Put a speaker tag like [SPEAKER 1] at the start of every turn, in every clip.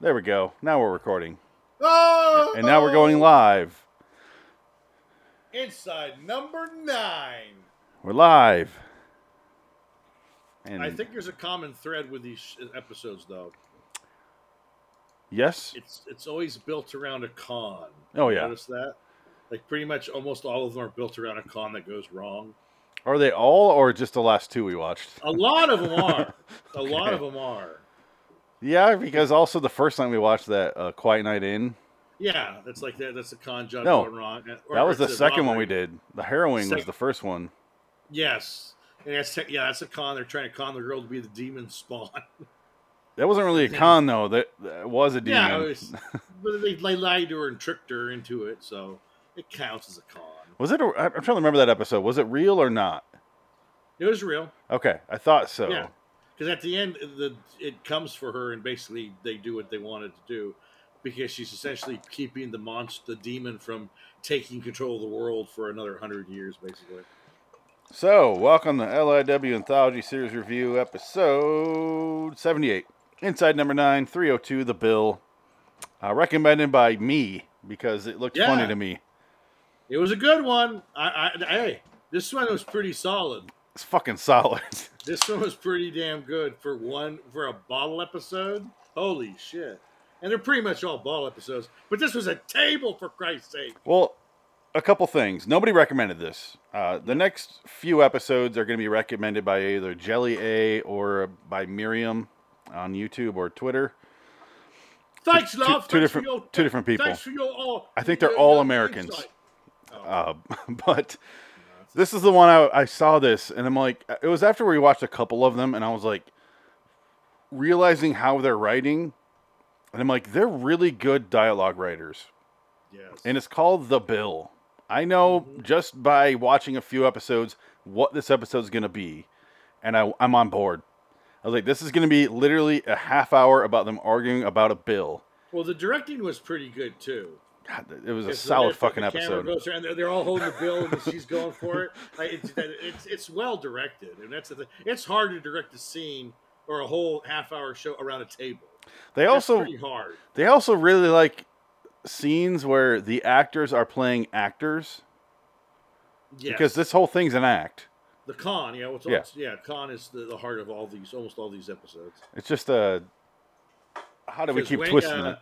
[SPEAKER 1] There we go. Now we're recording.
[SPEAKER 2] Oh!
[SPEAKER 1] And now we're going live.
[SPEAKER 2] Inside number nine.
[SPEAKER 1] We're live. And
[SPEAKER 2] I think there's a common thread with these episodes, though.
[SPEAKER 1] yes.
[SPEAKER 2] It's it's always built around a con.
[SPEAKER 1] Oh, yeah.
[SPEAKER 2] Notice that? Like pretty much almost all of them are built around a con that goes wrong.
[SPEAKER 1] Are they all or just the last two we watched?
[SPEAKER 2] A lot of them are. A lot of them are.
[SPEAKER 1] Yeah, because also the first time we watched that uh, Quiet Night In,
[SPEAKER 2] Yeah, that's like that. That's a con job
[SPEAKER 1] No,
[SPEAKER 2] going wrong. Or
[SPEAKER 1] that was
[SPEAKER 2] it's
[SPEAKER 1] the
[SPEAKER 2] a
[SPEAKER 1] second one we
[SPEAKER 2] robbery.
[SPEAKER 1] did. The Harrowing was
[SPEAKER 2] Sec-
[SPEAKER 1] the first one.
[SPEAKER 2] Yes. And that's te- yeah, that's a con. They're trying to con the girl to be the demon spawn.
[SPEAKER 1] That wasn't really a con though. That, that was a demon.
[SPEAKER 2] Yeah, it was, but they, they lied to her and tricked her into it, so it counts as a con.
[SPEAKER 1] Was it? A, I'm trying to remember that episode. Was it real or not?
[SPEAKER 2] It was real,
[SPEAKER 1] Okay, I thought so.
[SPEAKER 2] yeah, because at the end, the it comes for her, and basically they do what they wanted to do, because she's essentially keeping the monster, the demon, from taking control of the world for another hundred years, basically.
[SPEAKER 1] So, welcome to LIW Anthology Series Review, episode 78. Inside number 9, 302, The Bill. Uh, recommended by me because it looked
[SPEAKER 2] Yeah.
[SPEAKER 1] funny to me.
[SPEAKER 2] It was a good one. I, I hey, this one was pretty solid.
[SPEAKER 1] It's fucking solid.
[SPEAKER 2] This one was pretty damn good for one for a bottle episode. Holy shit. And they're pretty much all bottle episodes, but this was a table for Christ's sake.
[SPEAKER 1] well, a couple things. Nobody recommended this. Uh, the next few episodes are going to be recommended by either Jelly A or by Miriam on YouTube or Twitter.
[SPEAKER 2] Thanks,
[SPEAKER 1] Two- two-
[SPEAKER 2] love.
[SPEAKER 1] two
[SPEAKER 2] Thanks
[SPEAKER 1] different-
[SPEAKER 2] for your,
[SPEAKER 1] two different people.
[SPEAKER 2] Thanks for your all.
[SPEAKER 1] I think they're
[SPEAKER 2] your-
[SPEAKER 1] all
[SPEAKER 2] your
[SPEAKER 1] Americans.
[SPEAKER 2] insight.
[SPEAKER 1] Uh, but this is the one I, I saw this, and I'm like, it was after we watched a couple of them, and I was like, realizing how they're writing, and I'm like, they're really good dialogue writers,
[SPEAKER 2] Yes.
[SPEAKER 1] and it's called The Bill. I know
[SPEAKER 2] Mm-hmm.
[SPEAKER 1] just by watching a few episodes what this episode's gonna be, and I, I'm on board. I was like, this is gonna be literally a half hour about them arguing about a bill.
[SPEAKER 2] well, the directing was pretty good too.
[SPEAKER 1] God, it was a
[SPEAKER 2] It's the way
[SPEAKER 1] solid
[SPEAKER 2] that
[SPEAKER 1] fucking
[SPEAKER 2] the camera
[SPEAKER 1] episode.
[SPEAKER 2] Goes around, they're, they're all holding the bill, and she's going for it. Like, it's, it's it's well directed, and that's the thing. It's hard to direct a scene or a whole half hour show around a table.
[SPEAKER 1] they
[SPEAKER 2] That's
[SPEAKER 1] also
[SPEAKER 2] pretty hard.
[SPEAKER 1] They also really like scenes where the actors are playing actors
[SPEAKER 2] Yes.
[SPEAKER 1] because this whole thing's an act.
[SPEAKER 2] the con, yeah, what's
[SPEAKER 1] Yeah.
[SPEAKER 2] yeah. yeah, con is the, the heart of all these, almost all these episodes.
[SPEAKER 1] It's just a how do we
[SPEAKER 2] 'Cause
[SPEAKER 1] keep
[SPEAKER 2] when,
[SPEAKER 1] twisting
[SPEAKER 2] uh,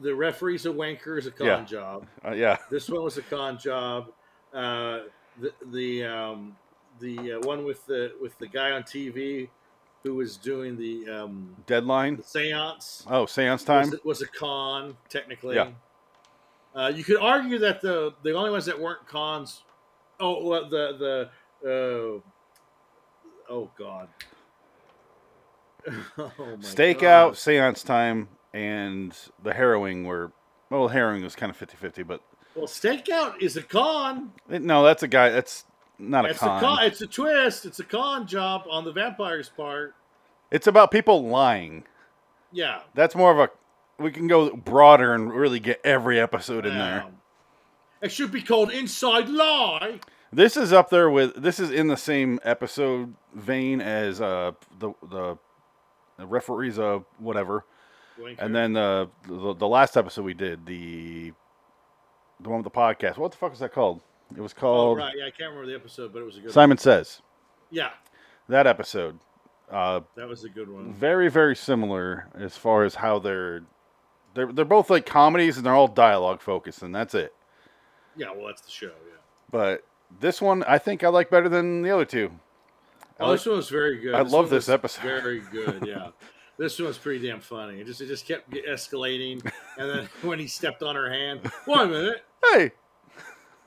[SPEAKER 2] The referee's a wanker is a con
[SPEAKER 1] Yeah.
[SPEAKER 2] job.
[SPEAKER 1] it? Uh, yeah,
[SPEAKER 2] This one was a con job. Uh, the the um, the uh, one with the with the guy on TV who was doing the um,
[SPEAKER 1] deadline.
[SPEAKER 2] the seance
[SPEAKER 1] Oh, seance time.
[SPEAKER 2] was, was a con technically.
[SPEAKER 1] Yeah.
[SPEAKER 2] Uh, you could argue that the the only ones that weren't cons, oh well, the the uh, oh god, oh my
[SPEAKER 1] Stakeout, seance time, and the harrowing were well, harrowing was kind of 50-50, but
[SPEAKER 2] God. Well, stakeout is a con.
[SPEAKER 1] no, that's a guy. That's not a
[SPEAKER 2] It's
[SPEAKER 1] con.
[SPEAKER 2] a con. It's a twist. It's a con job on the vampire's part.
[SPEAKER 1] It's about people lying.
[SPEAKER 2] Yeah.
[SPEAKER 1] That's more of a. We can go broader and really get every episode in there.
[SPEAKER 2] Um, It should be called Inside Lie.
[SPEAKER 1] This is up there with this is in the same episode vein as uh the the, the referees of whatever, and then uh, the the last episode we did the the one with the podcast. What the fuck was that called? It was
[SPEAKER 2] oh
[SPEAKER 1] called
[SPEAKER 2] right, yeah, I can't remember the episode, but it was a good.
[SPEAKER 1] Simon Says.
[SPEAKER 2] one. Yeah,
[SPEAKER 1] That episode, uh,
[SPEAKER 2] that was a good one.
[SPEAKER 1] very very similar as far as how they're they're they're both like comedies and they're all dialogue focused and that's it.
[SPEAKER 2] Yeah, well, that's the show. Yeah.
[SPEAKER 1] But this one I think I like better than the other two. I
[SPEAKER 2] Oh,
[SPEAKER 1] like-
[SPEAKER 2] this one was very good.
[SPEAKER 1] I love
[SPEAKER 2] one
[SPEAKER 1] this
[SPEAKER 2] was
[SPEAKER 1] episode.
[SPEAKER 2] Very good. Yeah. This one was pretty damn funny. It just it just kept ge- escalating, and then when he stepped on her hand, wait a minute.
[SPEAKER 1] hey.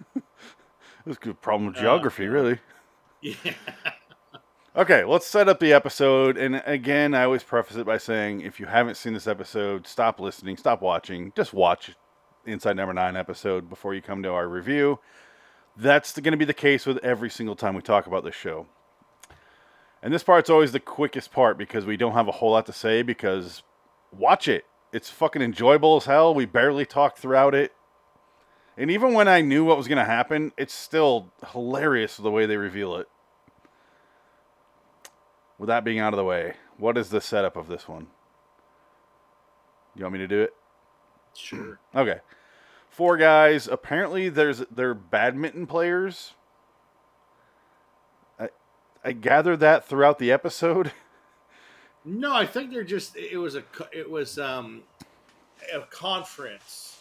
[SPEAKER 1] This could problem with
[SPEAKER 2] Uh,
[SPEAKER 1] geography, really.
[SPEAKER 2] Yeah.
[SPEAKER 1] Okay, let's set up the episode. And again, I always preface it by saying if you haven't seen this episode, stop listening, stop watching, just watch Inside Number Nine episode before you come to our review. That's going to be the case with every single time we talk about this show. And this part's always the quickest part because we don't have a whole lot to say because watch it. It's fucking enjoyable as hell. We barely talk throughout it. And even when I knew what was going to happen, it's still hilarious the way they reveal it. With that being out of the way, what is the setup of this one? You want me to do it?
[SPEAKER 2] Sure.
[SPEAKER 1] Okay. Four guys. Apparently, there's they're badminton players. I I gathered that throughout the episode.
[SPEAKER 2] No, I think they're just. It was a. co- It was um, a conference,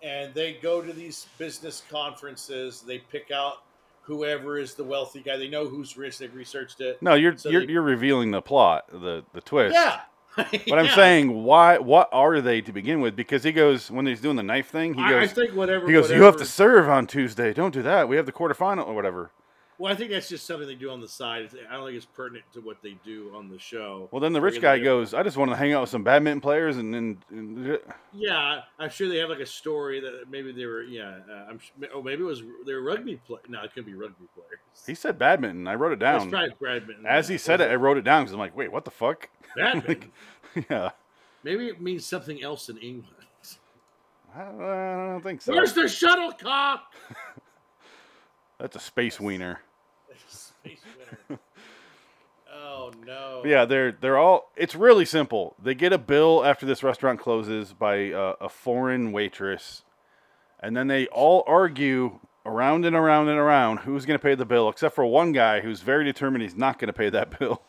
[SPEAKER 2] and they go to these business conferences. They pick out whoever is the wealthy guy. They know who's rich. They've researched it.
[SPEAKER 1] No, you're
[SPEAKER 2] So
[SPEAKER 1] you're,
[SPEAKER 2] they-
[SPEAKER 1] you're revealing the plot, the the twist.
[SPEAKER 2] Yeah.
[SPEAKER 1] But I'm
[SPEAKER 2] Yeah.
[SPEAKER 1] saying, why? What are they to begin with? Because he goes when he's doing the knife thing. He
[SPEAKER 2] I, I
[SPEAKER 1] goes.
[SPEAKER 2] think whatever
[SPEAKER 1] He goes.
[SPEAKER 2] Whatever,
[SPEAKER 1] You have to serve on Tuesday. Don't do that. We have the quarterfinal or whatever.
[SPEAKER 2] Well, I think that's just something they do on the side. I don't think it's pertinent to what they do on the show.
[SPEAKER 1] Well, then the
[SPEAKER 2] Or
[SPEAKER 1] rich
[SPEAKER 2] in
[SPEAKER 1] guy
[SPEAKER 2] the-
[SPEAKER 1] goes. I just want to hang out with some badminton players, and then and,
[SPEAKER 2] Yeah, I'm sure they have like a story that maybe they were. Yeah, uh, I'm. su- Oh, maybe it was they were rugby play. No, it could be rugby players.
[SPEAKER 1] he said badminton. I wrote it
[SPEAKER 2] Let's
[SPEAKER 1] down.
[SPEAKER 2] try badminton.
[SPEAKER 1] As he said it, I wrote it down because I'm like, wait, what the fuck?
[SPEAKER 2] Badminton.
[SPEAKER 1] yeah,
[SPEAKER 2] Maybe it means something else in England.
[SPEAKER 1] I, I don't think so.
[SPEAKER 2] Where's the shuttlecock?
[SPEAKER 1] That's a space wiener.
[SPEAKER 2] Space winner. Oh no.
[SPEAKER 1] But yeah, they're they're all. It's really simple. They get a bill after this restaurant closes by uh, a foreign waitress, and then they all argue around and around and around who's going to pay the bill, except for one guy who's very determined he's not going to pay that bill.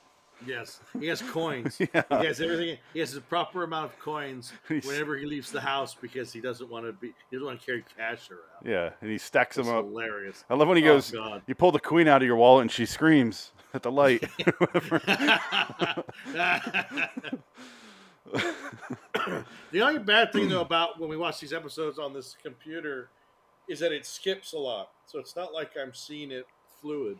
[SPEAKER 2] Yes, he has coins. He has everything. He has the proper amount of coins
[SPEAKER 1] He's-
[SPEAKER 2] whenever he leaves the house because he doesn't want to be. He doesn't want to carry cash around.
[SPEAKER 1] Yeah, and he stacks
[SPEAKER 2] It's
[SPEAKER 1] them up.
[SPEAKER 2] hilarious.
[SPEAKER 1] I love when he
[SPEAKER 2] Oh,
[SPEAKER 1] goes,
[SPEAKER 2] God.
[SPEAKER 1] "You pull the queen out of your wallet," and she screams at the light.
[SPEAKER 2] the only bad thing though about when we watch these episodes on this computer is that it skips a lot. So it's not like I'm seeing it fluid.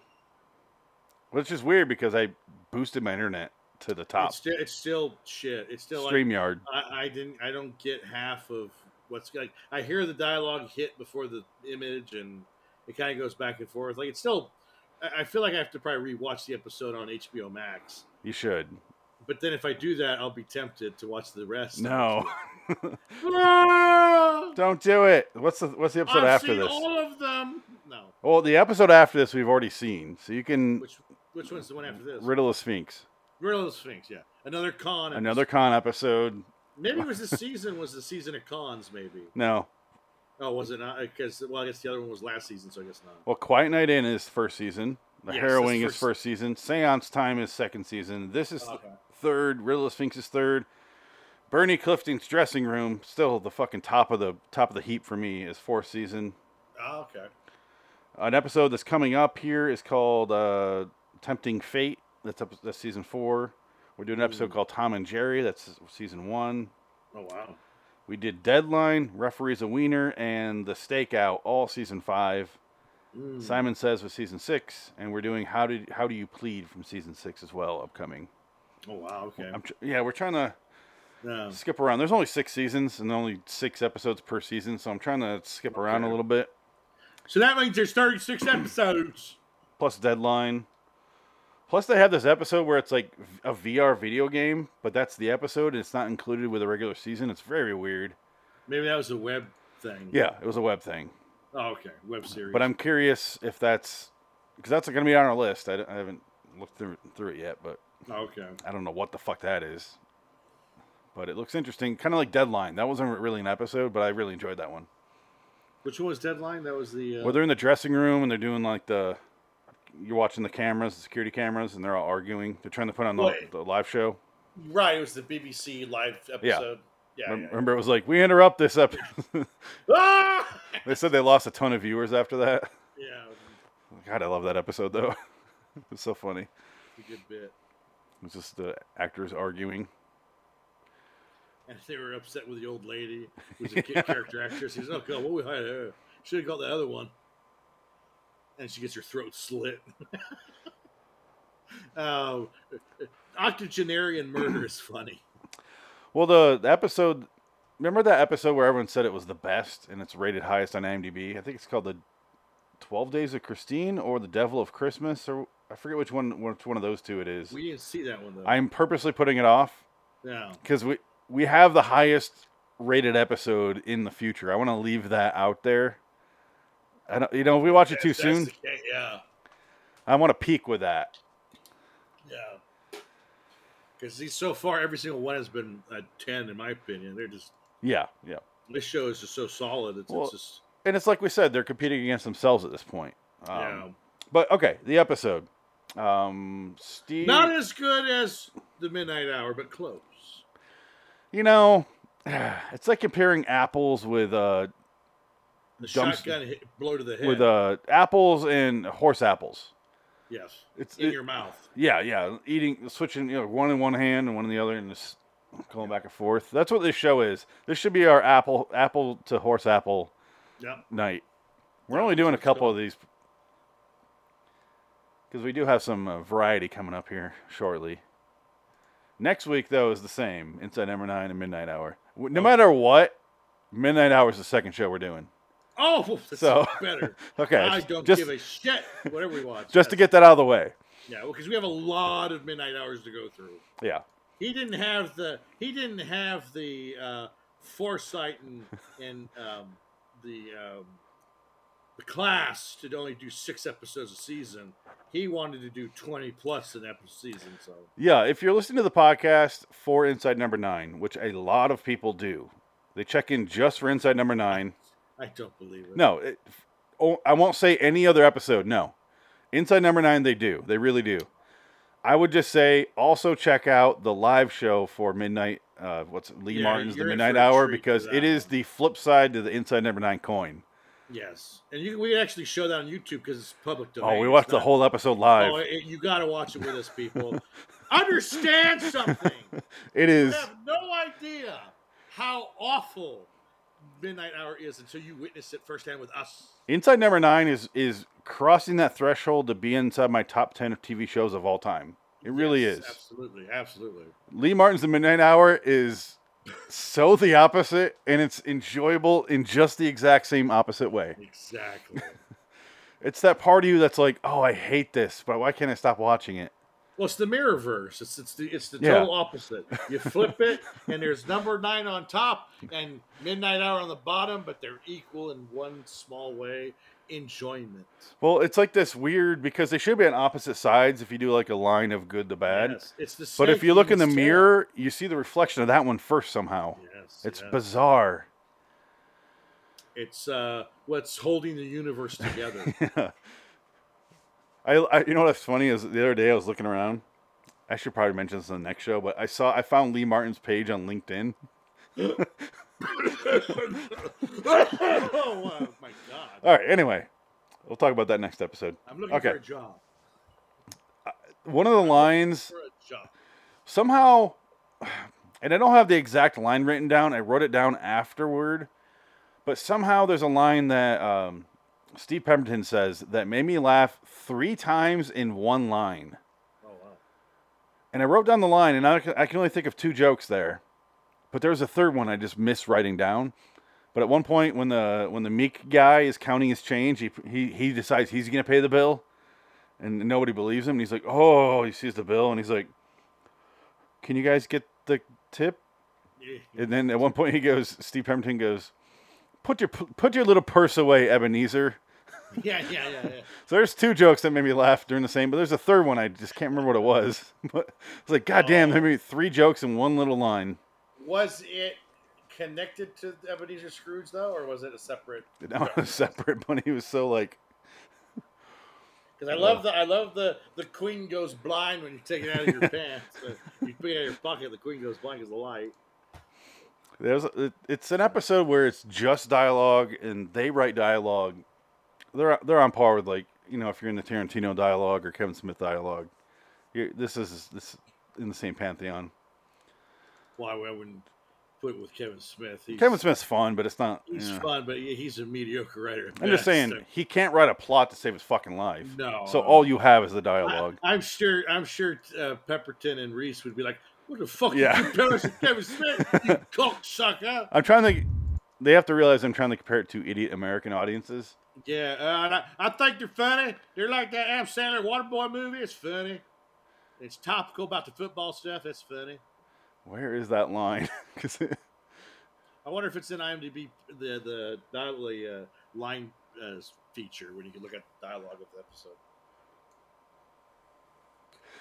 [SPEAKER 1] Which is weird because I boosted my internet to the top.
[SPEAKER 2] It's still, it's still shit. It's still like
[SPEAKER 1] StreamYard.
[SPEAKER 2] I, I didn't I don't get half of what's like I hear the dialogue hit before the image and it kind of goes back and forth. Like it's still I, I feel like I have to probably rewatch the episode on HBO Max.
[SPEAKER 1] You should.
[SPEAKER 2] But then if I do that, I'll be tempted to watch the rest.
[SPEAKER 1] No,
[SPEAKER 2] Ah!
[SPEAKER 1] don't do it. What's the What's the episode
[SPEAKER 2] I've
[SPEAKER 1] after
[SPEAKER 2] seen
[SPEAKER 1] this?
[SPEAKER 2] all of them. No.
[SPEAKER 1] Well, the episode after this we've already seen, so you can
[SPEAKER 2] Which which one's the one after this?
[SPEAKER 1] riddle of Sphinx.
[SPEAKER 2] Riddle of Sphinx, yeah. Another con. episode.
[SPEAKER 1] Another con episode.
[SPEAKER 2] Maybe it was this season was the season of cons, maybe.
[SPEAKER 1] No.
[SPEAKER 2] Oh, was it not? Because well, I guess the other one was last season, so I guess not.
[SPEAKER 1] Well, Quiet Night Inn is first season. The
[SPEAKER 2] Yes,
[SPEAKER 1] Harrowing
[SPEAKER 2] that's
[SPEAKER 1] is
[SPEAKER 2] first-
[SPEAKER 1] first season. Seance Time is second season. This is
[SPEAKER 2] Oh, Okay.
[SPEAKER 1] third. Riddle of Sphinx is third. Bernie Clifton's dressing room, still the fucking top of the top of the heap for me, is fourth season.
[SPEAKER 2] Oh, okay.
[SPEAKER 1] an episode that's coming up here is called uh, "Tempting Fate." That's up, that's season four. We're doing an episode called "Tom and Jerry." That's season one.
[SPEAKER 2] Oh wow.
[SPEAKER 1] We did "Deadline," "Referees a Wiener," and "The Stakeout." All season five.
[SPEAKER 2] Mm.
[SPEAKER 1] Simon Says was season six, and we're doing "How did How do You Plead" from season six as well, upcoming.
[SPEAKER 2] Oh wow. Okay.
[SPEAKER 1] I'm tr- yeah, we're trying to
[SPEAKER 2] No.
[SPEAKER 1] skip around. There's only six seasons and only six episodes per season, so I'm trying to skip around a
[SPEAKER 2] Okay.
[SPEAKER 1] little bit.
[SPEAKER 2] So that means there's 36 episodes.
[SPEAKER 1] plus deadline plus they have this episode where it's like v- a vr video game but that's the episode and it's not included with a regular season it's very weird
[SPEAKER 2] Maybe that was a web thing.
[SPEAKER 1] yeah it was a web thing
[SPEAKER 2] Oh, okay. Web series.
[SPEAKER 1] but i'm curious if that's because that's going to be on our list I, d- I haven't looked through, through it yet but
[SPEAKER 2] Oh, okay.
[SPEAKER 1] i don't know what the fuck that is but it looks interesting kind of like deadline that wasn't really an episode but i really enjoyed that one
[SPEAKER 2] Which one was Deadline? That was the. Uh,
[SPEAKER 1] Well, they're in the dressing room and they're doing like the you're watching the cameras the security cameras and they're all arguing they're trying to put on the,
[SPEAKER 2] Wait.
[SPEAKER 1] the live show
[SPEAKER 2] right. It was the BBC live episode. Yeah.
[SPEAKER 1] Rem-
[SPEAKER 2] yeah,
[SPEAKER 1] Remember, it was like we interrupt this up.
[SPEAKER 2] yeah. Ah!
[SPEAKER 1] they said they lost a ton of viewers after that.
[SPEAKER 2] yeah. it was
[SPEAKER 1] God, I love that episode though. it's so funny.
[SPEAKER 2] A good bit.
[SPEAKER 1] It's just the actors arguing.
[SPEAKER 2] And they were upset with the old lady who's a kid character actress. He's oh god, what we hired her. Should have got the other one. And she gets her throat slit. Oh, octogenarian murder is funny.
[SPEAKER 1] Well, the, the episode. Remember that episode where everyone said it was the best and it's rated highest on IMDb? I think it's called the Twelve Days of Christine or the Devil of Christmas, or I forget which one which one of those two it is.
[SPEAKER 2] We didn't see that one though.
[SPEAKER 1] I'm purposely putting it off
[SPEAKER 2] no.
[SPEAKER 1] because we we have the highest rated episode in the future. I want to leave that out there. I don't, you know, if we watch it too
[SPEAKER 2] If that's
[SPEAKER 1] soon,
[SPEAKER 2] the ca- yeah,
[SPEAKER 1] I want to peak with that.
[SPEAKER 2] yeah. Because so far, every single one has been a ten, in my opinion. They're just
[SPEAKER 1] Yeah, yeah.
[SPEAKER 2] this show is just so solid. It's,
[SPEAKER 1] Well,
[SPEAKER 2] it's just
[SPEAKER 1] And it's like we said, they're competing against themselves at this point. Um,
[SPEAKER 2] yeah,
[SPEAKER 1] But okay, the episode. Um, Steve.
[SPEAKER 2] not as good as the Midnight Hour, but close.
[SPEAKER 1] you know, it's like comparing apples with uh,
[SPEAKER 2] The
[SPEAKER 1] Dumpster-
[SPEAKER 2] shotgun hit, blow to the head.
[SPEAKER 1] with uh, apples and horse apples.
[SPEAKER 2] yes,
[SPEAKER 1] It's
[SPEAKER 2] in
[SPEAKER 1] it-
[SPEAKER 2] your mouth.
[SPEAKER 1] yeah, yeah. Eating, switching, you know, one in one hand and one in the other, and just going back and forth. That's what this show is. This should be our apple apple to horse apple
[SPEAKER 2] Yep.
[SPEAKER 1] night. We're only doing a couple of these because we do have some uh, variety coming up here shortly. Next week, though, is the same Inside Number Nine and Midnight Hour. W- No matter what, Midnight Hour is the second show we're doing.
[SPEAKER 2] Oh, well, that's
[SPEAKER 1] So-
[SPEAKER 2] better.
[SPEAKER 1] Okay,
[SPEAKER 2] I
[SPEAKER 1] just-
[SPEAKER 2] don't
[SPEAKER 1] just
[SPEAKER 2] give a shit. Whatever we watch.
[SPEAKER 1] just to
[SPEAKER 2] that's-
[SPEAKER 1] get that out of the way.
[SPEAKER 2] yeah, because we have a lot of midnight hours to go through.
[SPEAKER 1] Yeah,
[SPEAKER 2] He didn't have the he didn't have the uh, foresight and and um, the um, the class to only do six episodes a season. He wanted to do twenty plus an episode season. So
[SPEAKER 1] yeah. If you're listening to the podcast for Inside Number Nine, which a lot of people do, they check in just for Inside Number Nine.
[SPEAKER 2] I don't believe it.
[SPEAKER 1] No, it, oh, I won't say any other episode. No, Inside Number Nine, they do. They really do. I would just say also check out the live show for Midnight. Uh, what's Lee
[SPEAKER 2] Yeah,
[SPEAKER 1] Martin's The
[SPEAKER 2] you're in
[SPEAKER 1] Midnight
[SPEAKER 2] for a
[SPEAKER 1] Hour
[SPEAKER 2] treat
[SPEAKER 1] because
[SPEAKER 2] for
[SPEAKER 1] it
[SPEAKER 2] that
[SPEAKER 1] is
[SPEAKER 2] one.
[SPEAKER 1] the flip side to the Inside Number Nine coin.
[SPEAKER 2] Yes, and you, we actually show that on YouTube because it's public domain.
[SPEAKER 1] Oh, we
[SPEAKER 2] It's
[SPEAKER 1] watched the
[SPEAKER 2] not-
[SPEAKER 1] whole episode live.
[SPEAKER 2] Oh, it, you got to watch it with us, people. Understand something.
[SPEAKER 1] it
[SPEAKER 2] You
[SPEAKER 1] is.
[SPEAKER 2] have no idea how awful Midnight Hour is until you witness it firsthand with us.
[SPEAKER 1] Inside Number Nine is is crossing that threshold to be inside my top ten of TV shows of all time. It really
[SPEAKER 2] Yes,
[SPEAKER 1] is.
[SPEAKER 2] Absolutely, absolutely.
[SPEAKER 1] Lee Martin's The Midnight Hour is so the opposite, and it's enjoyable in just the exact same opposite way.
[SPEAKER 2] Exactly.
[SPEAKER 1] It's that part of you that's like, oh, I hate this, but why can't I stop watching it?
[SPEAKER 2] well, it's the mirrorverse. It's it's the it's the
[SPEAKER 1] Yeah.
[SPEAKER 2] total opposite. You flip it and there's number nine on top and midnight hour on the bottom, but they're equal in one small way. Enjoyment.
[SPEAKER 1] Well, it's like this weird because they should be on opposite sides if you do like a line of good to bad.
[SPEAKER 2] Yes, it's the
[SPEAKER 1] But if
[SPEAKER 2] snake
[SPEAKER 1] you look in
[SPEAKER 2] eating
[SPEAKER 1] the
[SPEAKER 2] its tail.
[SPEAKER 1] mirror, you see the reflection of that one first somehow.
[SPEAKER 2] Yes,
[SPEAKER 1] It's
[SPEAKER 2] yeah.
[SPEAKER 1] bizarre.
[SPEAKER 2] it's uh what's holding the universe together.
[SPEAKER 1] I, I you know what's funny is the other day I was looking around. I should probably mention this in the next show, but I saw I found Lee Martin's page on LinkedIn.
[SPEAKER 2] oh uh, my god!
[SPEAKER 1] All right. Anyway, we'll talk about that next episode.
[SPEAKER 2] I'm looking
[SPEAKER 1] okay.
[SPEAKER 2] for a job.
[SPEAKER 1] One of the lines
[SPEAKER 2] For a job.
[SPEAKER 1] somehow, and I don't have the exact line written down. I wrote it down afterward, but somehow there's a line that um, Steve Pemberton says that made me laugh three times in one line.
[SPEAKER 2] Oh wow!
[SPEAKER 1] And I wrote down the line, and I can, I can only think of two jokes there, but there was a third one I just missed writing down. But at one point, when the when the meek guy is counting his change, he he, he decides he's gonna pay the bill, and nobody believes him. And he's like, "Oh," he sees the bill, and he's like, "Can you guys get the tip?"
[SPEAKER 2] Yeah.
[SPEAKER 1] And then at one point, he goes, Steve Pemberton goes, "Put your put your little purse away, Ebenezer."
[SPEAKER 2] yeah, yeah, yeah, yeah.
[SPEAKER 1] So there's two jokes that made me laugh during the same, but there's a third one I just can't remember what it was. But it's like,
[SPEAKER 2] Oh.
[SPEAKER 1] God damn, there made three jokes in one little line.
[SPEAKER 3] Was it connected to Ebenezer Scrooge though, or was it a separate?
[SPEAKER 1] And That was separate, but he was so like,
[SPEAKER 2] Because
[SPEAKER 1] Uh-huh.
[SPEAKER 2] I love the I love the the queen goes blind when you take it out of your pants. Uh, you put it out of your pocket, the queen goes blind because the light.
[SPEAKER 1] there's it- it's an episode where it's just dialogue and they write dialogue. They're they're on par with like you know if you're in the Tarantino dialogue or Kevin Smith dialogue. You're, this is this in the same pantheon.
[SPEAKER 2] Why I wouldn't put it with Kevin Smith. He's,
[SPEAKER 1] Kevin Smith's fun, but it's not.
[SPEAKER 2] He's
[SPEAKER 1] yeah.
[SPEAKER 2] fun, but he- he's a mediocre writer. at
[SPEAKER 1] I'm just
[SPEAKER 2] best.
[SPEAKER 1] saying he can't write a plot to save his fucking life.
[SPEAKER 2] No.
[SPEAKER 1] So
[SPEAKER 2] no.
[SPEAKER 1] all you have is the
[SPEAKER 2] I,
[SPEAKER 1] dialogue.
[SPEAKER 2] I'm sure. I'm sure uh, Pepperton and Reese would be like, "What the fuck?
[SPEAKER 1] Yeah.
[SPEAKER 2] Yeah. You comparison Kevin Smith, you cocksucker."
[SPEAKER 1] I'm trying to. They have to realize I'm trying to compare it to idiot American audiences.
[SPEAKER 2] Yeah, uh, and I, I think they're funny. They're like that Am Sandler Waterboy movie. It's funny. It's topical about the football stuff. It's funny.
[SPEAKER 1] Where is that line? 'Cause it-
[SPEAKER 2] I wonder if it's in IMDb the the dialogue uh, line uh, feature when you can look at the dialogue of the episode.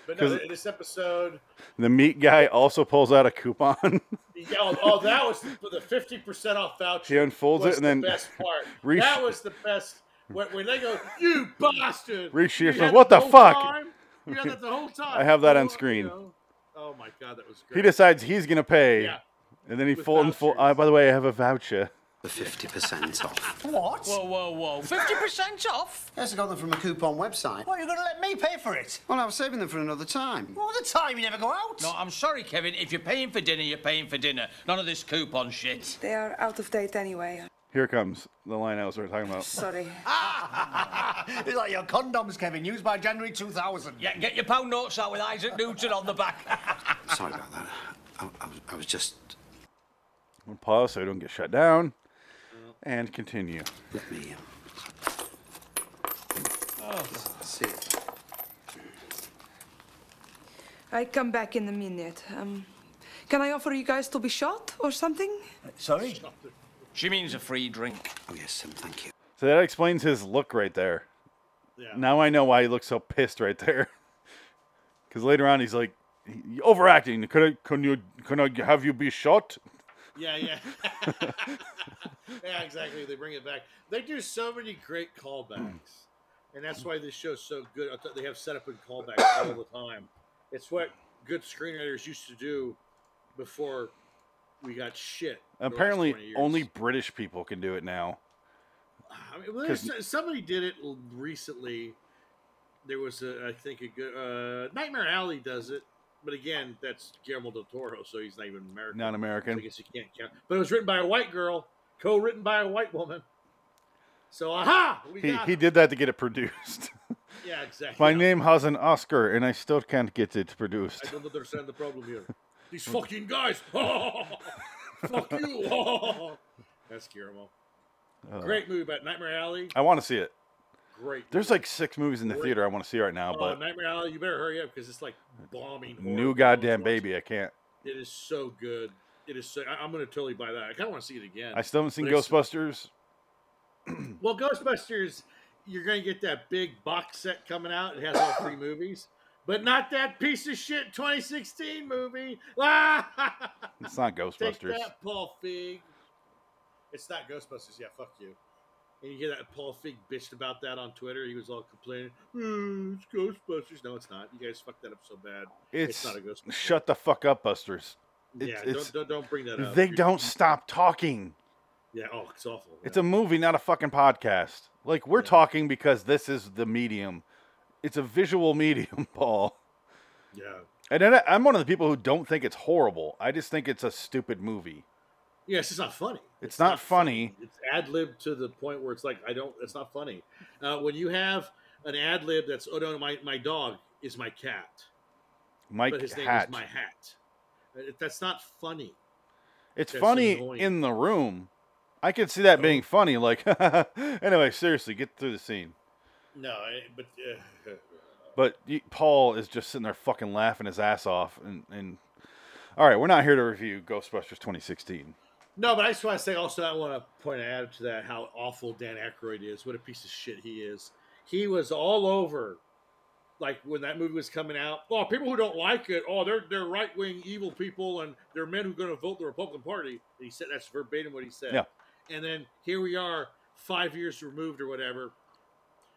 [SPEAKER 3] But no,
[SPEAKER 1] 'Cause-
[SPEAKER 3] th- this episode,
[SPEAKER 1] The meat guy also pulls out a coupon.
[SPEAKER 3] yeah, oh, oh, that was the- the fifty percent off voucher.
[SPEAKER 1] he unfolds
[SPEAKER 3] was
[SPEAKER 1] it and then
[SPEAKER 3] the best part.
[SPEAKER 1] Reese-
[SPEAKER 3] that was the best. When, when they go, you bastard!
[SPEAKER 1] Reese
[SPEAKER 3] You
[SPEAKER 1] Shear's like,
[SPEAKER 3] had
[SPEAKER 1] "What
[SPEAKER 3] that
[SPEAKER 1] the
[SPEAKER 3] whole
[SPEAKER 1] fuck?"
[SPEAKER 3] time? You had that the whole time.
[SPEAKER 1] have that
[SPEAKER 3] You
[SPEAKER 1] on
[SPEAKER 3] know,
[SPEAKER 1] screen.
[SPEAKER 3] you know. Oh my god, that was great.
[SPEAKER 1] he decides he's gonna pay,
[SPEAKER 3] Yeah.
[SPEAKER 1] and then he
[SPEAKER 3] With
[SPEAKER 1] fold and fold.
[SPEAKER 3] vouchers.
[SPEAKER 1] Oh, by the way, I have a voucher.
[SPEAKER 4] The 50% off.
[SPEAKER 5] What?
[SPEAKER 6] Whoa, whoa, whoa. 50% off?
[SPEAKER 4] Yes, I got them from a coupon website.
[SPEAKER 5] What, you're going to let me pay for it?
[SPEAKER 4] Well, I was saving them for another time.
[SPEAKER 5] All the time, you never go out.
[SPEAKER 6] No, I'm sorry, Kevin. If you're paying for dinner, you're paying for dinner. None of this coupon shit.
[SPEAKER 7] They are out of date anyway.
[SPEAKER 1] Here comes the line I was already talking about.
[SPEAKER 7] Sorry.
[SPEAKER 5] it's like your condoms, Kevin, used by January 2000.
[SPEAKER 6] Yeah, get your pound notes out with Isaac Newton on the back.
[SPEAKER 4] Sorry about that. I, I, was, I was just.
[SPEAKER 1] I'm gonna pause so I don't get shut down, and continue.
[SPEAKER 4] Let me. Um,
[SPEAKER 5] Oh.
[SPEAKER 4] see it.
[SPEAKER 7] I come back in a minute. Um, can I offer you guys to be shot or something?
[SPEAKER 5] Sorry?
[SPEAKER 6] she means a free drink.
[SPEAKER 4] Oh, yes, um, thank you.
[SPEAKER 1] So that explains his look right there.
[SPEAKER 2] Yeah.
[SPEAKER 1] Now I know why he looks so pissed right there. Because later on he's like he- overacting. Could I? Can you? Can I have you be shot?
[SPEAKER 2] Yeah, yeah. yeah, exactly. They bring it back. They do so many great callbacks. And that's why this show's so good. I thought They have setup and callbacks all the time. It's what good screenwriters used to do before we got shit. for the last
[SPEAKER 1] Apparently,
[SPEAKER 2] 20 years.
[SPEAKER 1] only British people can do it now.
[SPEAKER 2] I mean, well, there's, somebody did it l- recently. There was, a, I think, a good uh, Nightmare Alley does it, but again, that's Guillermo del Toro, so he's not even American.
[SPEAKER 1] Not
[SPEAKER 2] So I
[SPEAKER 1] American.
[SPEAKER 2] guess you can't count. But it was written by a white girl, co-written by a white woman. So aha, we
[SPEAKER 1] He
[SPEAKER 2] got
[SPEAKER 1] he
[SPEAKER 2] it.
[SPEAKER 1] did that to get it produced.
[SPEAKER 2] Yeah, exactly.
[SPEAKER 1] My
[SPEAKER 2] Yeah.
[SPEAKER 1] name has an Oscar, and I still can't get it produced.
[SPEAKER 2] I don't understand the problem here. These fucking guys. Fuck you. That's Guillermo.
[SPEAKER 1] Uh,
[SPEAKER 2] Great movie about Nightmare Alley.
[SPEAKER 1] I want to see it.
[SPEAKER 2] Great.
[SPEAKER 1] uh, There's
[SPEAKER 2] movie.
[SPEAKER 1] like six movies in the
[SPEAKER 2] Great.
[SPEAKER 1] theater I want to see right now,
[SPEAKER 2] Oh,
[SPEAKER 1] but
[SPEAKER 2] Nightmare Alley, you better hurry up because it's like bombing. horror
[SPEAKER 1] new
[SPEAKER 2] films.
[SPEAKER 1] goddamn baby, I can't.
[SPEAKER 2] It is so good. It is. So, I, am going to totally buy that. I kind of want to see it again.
[SPEAKER 1] I still haven't seen
[SPEAKER 2] But it's-
[SPEAKER 1] Ghostbusters.
[SPEAKER 2] Well, Ghostbusters, you're going to get that big box set coming out. It has all three movies, but not that piece of shit 2016 movie. Ah!
[SPEAKER 1] It's not
[SPEAKER 2] Take
[SPEAKER 1] Ghostbusters.
[SPEAKER 2] that, Paul Feig. It's not Ghostbusters. Yeah, fuck you. And you hear that Paul Feig bitched about that on Twitter. He was all complaining, "Mm, it's Ghostbusters. No, it's not. You guys fucked that up so bad.
[SPEAKER 1] It's,
[SPEAKER 2] not a Ghostbusters.
[SPEAKER 1] shut the fuck up, Busters. It's,
[SPEAKER 2] yeah,
[SPEAKER 1] it's,
[SPEAKER 2] don't, don't, don't bring that up.
[SPEAKER 1] they
[SPEAKER 2] You're-
[SPEAKER 1] don't stop talking.
[SPEAKER 2] Yeah, oh, it's awful.
[SPEAKER 1] It's
[SPEAKER 2] yeah.
[SPEAKER 1] a movie, not a fucking podcast. Like we're talking because this is the medium. It's a visual medium, Paul.
[SPEAKER 2] yeah.
[SPEAKER 1] And I- I'm one of the people who don't think it's horrible. I just think it's a stupid movie.
[SPEAKER 2] Yeah, it's just not funny.
[SPEAKER 1] It's, not, funny.
[SPEAKER 2] It's ad lib to the point where it's like I don't. It's not funny. Uh, when you have an ad lib that's oh no, my my dog is my cat,
[SPEAKER 1] Mike
[SPEAKER 2] but his name
[SPEAKER 1] Hat.
[SPEAKER 2] is my hat. Uh, That's not funny.
[SPEAKER 1] it's
[SPEAKER 2] that's
[SPEAKER 1] funny
[SPEAKER 2] annoying. Oh.
[SPEAKER 1] in the room. I could see that being funny. Like, anyway, seriously, get through the scene.
[SPEAKER 2] No, I- but uh,
[SPEAKER 1] But you, Paul is just sitting there fucking laughing his ass off. And, and all right, we're not here to review Ghostbusters 2016.
[SPEAKER 2] no. But I just want to say also I want to point out to that how awful Dan Aykroyd is. What a piece of shit he is. He was all over. Like when that movie was coming out, oh, people who don't like it, oh, they're they're right wing evil people, and they're men who are going to vote the Republican Party. And he said that's verbatim what he said.
[SPEAKER 1] Yeah.
[SPEAKER 2] And then here we are, five years removed or whatever.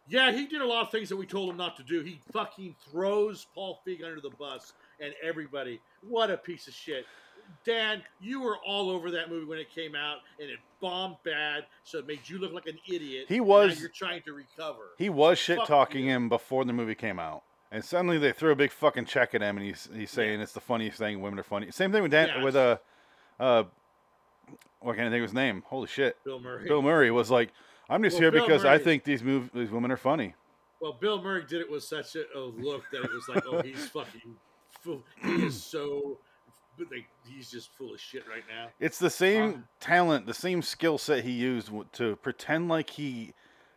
[SPEAKER 2] Yeah, he did a lot of things that we told him not to do. He fucking throws Paul Feig under the bus and everybody. What a piece of shit. Dan, you were all over that movie when it came out and it bombed bad, so it made you look like an idiot.
[SPEAKER 1] He
[SPEAKER 2] and now
[SPEAKER 1] was-
[SPEAKER 2] you're trying to recover.
[SPEAKER 1] He was shit
[SPEAKER 2] fuck
[SPEAKER 1] talking
[SPEAKER 2] you.
[SPEAKER 1] him before the movie came out, and suddenly they threw a big fucking check at him, and he's he's saying it's the funniest thing. Women are funny. Same thing with Dan
[SPEAKER 2] Yeah.
[SPEAKER 1] with a, uh, uh, what can I think of his name? Holy shit!
[SPEAKER 2] Bill Murray.
[SPEAKER 1] Bill Murray was like, I'm just
[SPEAKER 2] Well,
[SPEAKER 1] here
[SPEAKER 2] Bill
[SPEAKER 1] because I
[SPEAKER 2] Murray-
[SPEAKER 1] think these move these women are funny.
[SPEAKER 2] Well, Bill Murray did it with such a, a look that it was like, oh, he's fucking, fool. he is so, like, he's just full of shit right now.
[SPEAKER 1] It's the same talent, the same skill set he used w- to pretend like he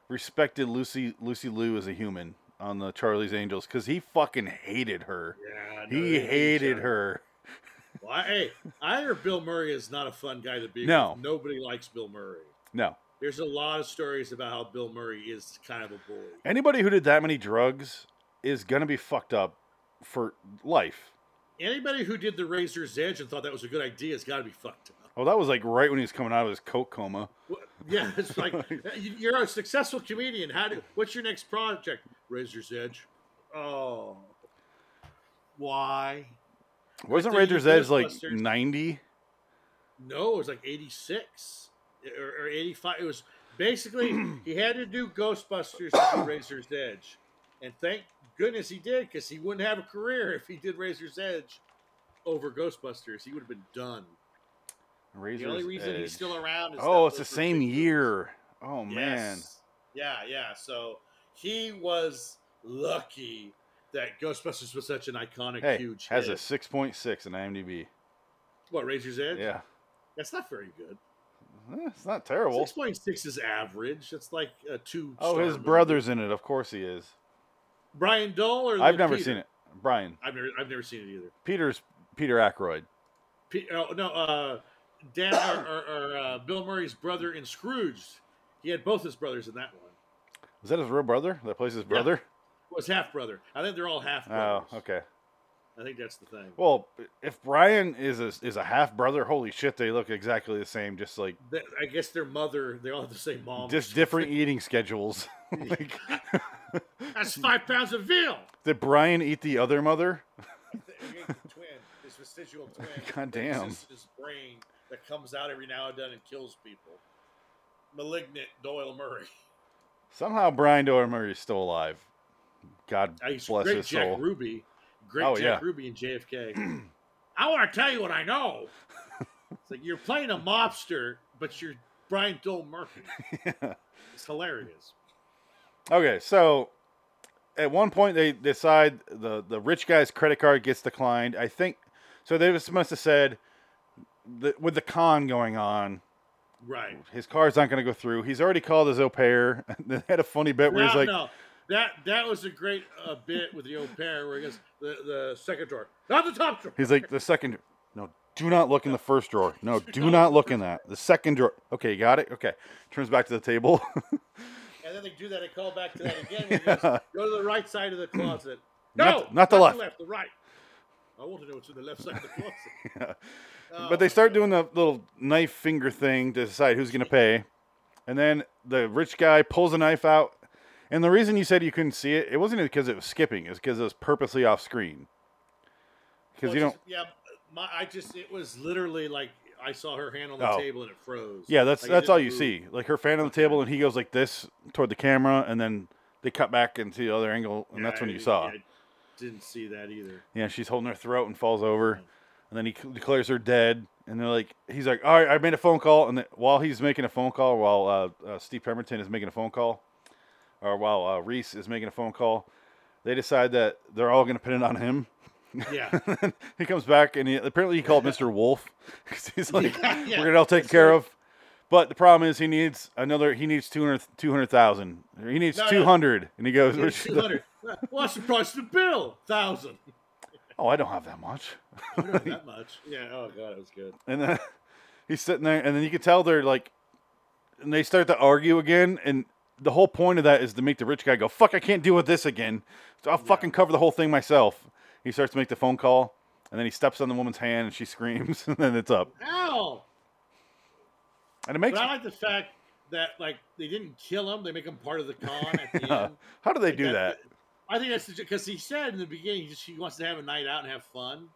[SPEAKER 1] respected Lucy Lucy Liu as a human on the Charlie's Angels because he fucking hated her.
[SPEAKER 2] Yeah, I know
[SPEAKER 1] he
[SPEAKER 2] they hate each
[SPEAKER 1] hated
[SPEAKER 2] other.
[SPEAKER 1] her.
[SPEAKER 2] Well, I, hey, I hear Bill Murray is not a fun guy to be.
[SPEAKER 1] No.
[SPEAKER 2] with. nobody likes Bill Murray.
[SPEAKER 1] No.
[SPEAKER 2] There's a lot of stories about how Bill Murray is kind of a bully.
[SPEAKER 1] Anybody who did that many drugs is gonna be fucked up for life.
[SPEAKER 2] Anybody who did the Razor's Edge and thought that was a good idea has got to be fucked up.
[SPEAKER 1] Oh, that was like right when he was coming out of his coke coma.
[SPEAKER 2] Well, Yeah, it's like you- you're a successful comedian. How do? What's your next project? Razor's Edge. Oh, why?
[SPEAKER 1] Wasn't
[SPEAKER 2] After you
[SPEAKER 1] Razor's Edge like
[SPEAKER 2] Ghostbusters-
[SPEAKER 1] 90?
[SPEAKER 2] No, it was like '86 or, or '85. It was basically he had to do Ghostbusters to do Razor's Edge, and thank goodness he did because he wouldn't have a career if he did Razor's Edge over Ghostbusters. He would have been done.
[SPEAKER 1] Razor's
[SPEAKER 2] The only reason
[SPEAKER 1] Edge.
[SPEAKER 2] he's still around is
[SPEAKER 1] Oh,
[SPEAKER 2] that
[SPEAKER 1] it's the
[SPEAKER 2] was
[SPEAKER 1] same
[SPEAKER 2] ridiculous.
[SPEAKER 1] year. Oh, man.
[SPEAKER 2] Yes. Yeah, yeah. So he was lucky that Ghostbusters was such an iconic,
[SPEAKER 1] Hey,
[SPEAKER 2] huge
[SPEAKER 1] has
[SPEAKER 2] hit.
[SPEAKER 1] a 6.6 in IMDb.
[SPEAKER 2] What, Razor's Edge?
[SPEAKER 1] Yeah.
[SPEAKER 2] That's not very good.
[SPEAKER 1] Eh, It's not terrible.
[SPEAKER 2] 6.6 is average. It's like a two.
[SPEAKER 1] Oh,
[SPEAKER 2] star
[SPEAKER 1] his
[SPEAKER 2] movie.
[SPEAKER 1] brother's in it. Of course he is.
[SPEAKER 2] Brian Dole or
[SPEAKER 1] I've
[SPEAKER 2] Lynn
[SPEAKER 1] never
[SPEAKER 2] Peter?
[SPEAKER 1] seen it. Brian.
[SPEAKER 2] I've never, I've never seen it either.
[SPEAKER 1] Peter's Peter Ackroyd.
[SPEAKER 2] P- oh, no, uh, Dan or, or, or uh, Bill Murray's brother in Scrooge. He had both his brothers in that one.
[SPEAKER 1] Is that his real brother? That plays his brother?
[SPEAKER 2] Was half brother. I think they're all half
[SPEAKER 1] Oh,
[SPEAKER 2] brothers.
[SPEAKER 1] okay.
[SPEAKER 2] I think that's the thing.
[SPEAKER 1] Well, if Brian is a, is a half brother, holy shit, they look exactly the same, just like
[SPEAKER 2] Th- I guess their mother, they all have the same mom. or
[SPEAKER 1] just
[SPEAKER 2] something.
[SPEAKER 1] different eating schedules. like,
[SPEAKER 2] That's five pounds of veal.
[SPEAKER 1] did Brian eat the other mother?
[SPEAKER 3] Again, the twin, this vestigial twin. that
[SPEAKER 1] God damn.
[SPEAKER 3] exists in His brain that comes out every now and then and kills people. Malignant Doyle Murray.
[SPEAKER 1] Somehow Brian Doyle Murray is still alive. God
[SPEAKER 2] I used
[SPEAKER 1] bless
[SPEAKER 2] great
[SPEAKER 1] his
[SPEAKER 2] Jack
[SPEAKER 1] soul.
[SPEAKER 2] Ruby, great
[SPEAKER 1] Oh,
[SPEAKER 2] Jack
[SPEAKER 1] yeah.
[SPEAKER 2] Ruby and JFK. I want to tell you what I know. It's like you're playing a mobster, but you're Brian Dole Murphy. It's hilarious.
[SPEAKER 1] Okay, so at one point they decide the the rich guy's credit card gets declined. I think so. They just must have said that with the con going on,
[SPEAKER 2] Right.
[SPEAKER 1] his car's not going to go through. He's already called his au pair. they had a funny bit where he's
[SPEAKER 2] No,
[SPEAKER 1] like,
[SPEAKER 2] no. That that was a great uh, bit with the old pair where he goes the, the second drawer, not the top drawer.
[SPEAKER 1] he's like the second. No, do not look in the first drawer. No, do not look in that. The second drawer. Okay, got it. Okay, turns back to the table.
[SPEAKER 2] And then they do that and call back to that again. when he goes, Go to the right side of the closet. No,
[SPEAKER 1] Not the- not the left.
[SPEAKER 2] The left, the right. I want to know what's in the left side of the closet.
[SPEAKER 1] But they start doing the little knife finger thing to decide who's going to pay. And then the rich guy pulls a knife out. And the reason you said you couldn't see it, it wasn't because it was skipping, it's because it was purposely off screen. Because
[SPEAKER 2] Well,
[SPEAKER 1] you
[SPEAKER 2] just-
[SPEAKER 1] don't.
[SPEAKER 2] Yeah, my, I just it was literally like I saw her hand on the
[SPEAKER 1] Oh.
[SPEAKER 2] table and it froze.
[SPEAKER 1] Yeah, that's
[SPEAKER 2] Like, it
[SPEAKER 1] that's all
[SPEAKER 2] didn't
[SPEAKER 1] you
[SPEAKER 2] move.
[SPEAKER 1] see. Like her fan on the table, and he goes like this toward the camera, and then they cut back into the other angle, and that's
[SPEAKER 2] Yeah,
[SPEAKER 1] when
[SPEAKER 2] I-
[SPEAKER 1] you saw.
[SPEAKER 2] I didn't see that either.
[SPEAKER 1] Yeah, she's holding her throat and falls over, and then he c- declares her dead. And they're like, he's like, all right, I made a phone call. And then while he's making a phone call, while uh, uh, Steve Pemberton is making a phone call, or while uh, Reese is making a phone call, they decide that they're all going to pin it on him.
[SPEAKER 2] Yeah,
[SPEAKER 1] he comes back, and he, apparently he called Mr. Wolf 'cause he's like,
[SPEAKER 2] Yeah, yeah.
[SPEAKER 1] we're going to all take care of. But the problem is he needs another. He needs 200 200,000. he needs
[SPEAKER 2] No, no.
[SPEAKER 1] two hundred, and he goes, "Which-
[SPEAKER 2] two hundred. What's the price of the bill? Thousand.
[SPEAKER 1] "Oh, I don't have that much."
[SPEAKER 2] Not that much. Yeah. Oh god, it was good.
[SPEAKER 1] and then he's sitting there, and then you can tell they're like, and they start to argue again, and the whole point of that is to make the rich guy go, "Fuck, I can't deal with this again, so I'll fucking cover the whole thing myself." He starts to make the phone call, and then he steps on the woman's hand, and she screams, and then it's up,
[SPEAKER 2] Ow!
[SPEAKER 1] and it makes.
[SPEAKER 2] But I like the fact that like they didn't kill him; they make him part of the con at the
[SPEAKER 1] Uh,
[SPEAKER 2] end.
[SPEAKER 1] how do they
[SPEAKER 2] Like,
[SPEAKER 1] do that?
[SPEAKER 2] that's- I think that's because he said in the beginning he just- he wants to have a night out and have fun.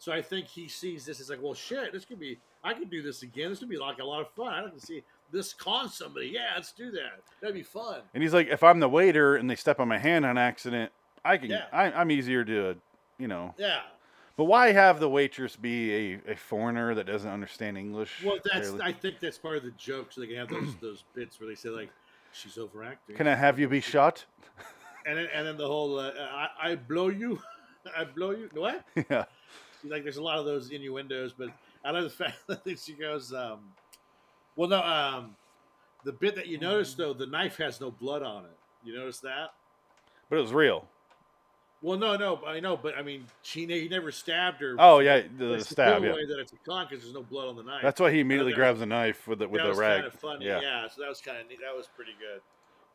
[SPEAKER 2] So I think he sees this as like, well, shit, this could be. I could do this again. This could be like a lot of fun. I can see this con somebody. Yeah, let's do that. That'd be fun.
[SPEAKER 1] And he's like, "If I'm the waiter, and they step on my hand on accident, I can.
[SPEAKER 2] Yeah.
[SPEAKER 1] I, I'm easier to, you know.
[SPEAKER 2] Yeah.
[SPEAKER 1] But why have the waitress be a, a foreigner that doesn't understand English?
[SPEAKER 2] Well, that's.
[SPEAKER 1] barely?
[SPEAKER 2] I think that's part of the joke. So they can have those those bits where they say like, she's overacting.
[SPEAKER 1] can I have you be shot?
[SPEAKER 2] and then and then the whole uh, I, I blow you, I blow you. What?
[SPEAKER 1] yeah.
[SPEAKER 2] like there's a lot of those innuendos, but I love the fact that she goes, um, well, no, um, the bit that you notice
[SPEAKER 1] Mm.
[SPEAKER 2] though, the knife has no blood on it. You notice that?
[SPEAKER 1] But it was real.
[SPEAKER 2] Well, no, no, I know, but I mean, she ne- he never stabbed her.
[SPEAKER 1] Oh yeah, the,
[SPEAKER 2] It's a
[SPEAKER 1] stab. Yeah,
[SPEAKER 2] giveaway that it's a con because there's no blood on the knife.
[SPEAKER 1] that's why he immediately
[SPEAKER 2] that-
[SPEAKER 1] grabs a knife with the with
[SPEAKER 2] that
[SPEAKER 1] the
[SPEAKER 2] was
[SPEAKER 1] rag.
[SPEAKER 2] kind of funny.
[SPEAKER 1] yeah.
[SPEAKER 2] Yeah. so that was kind of neat. That was pretty good.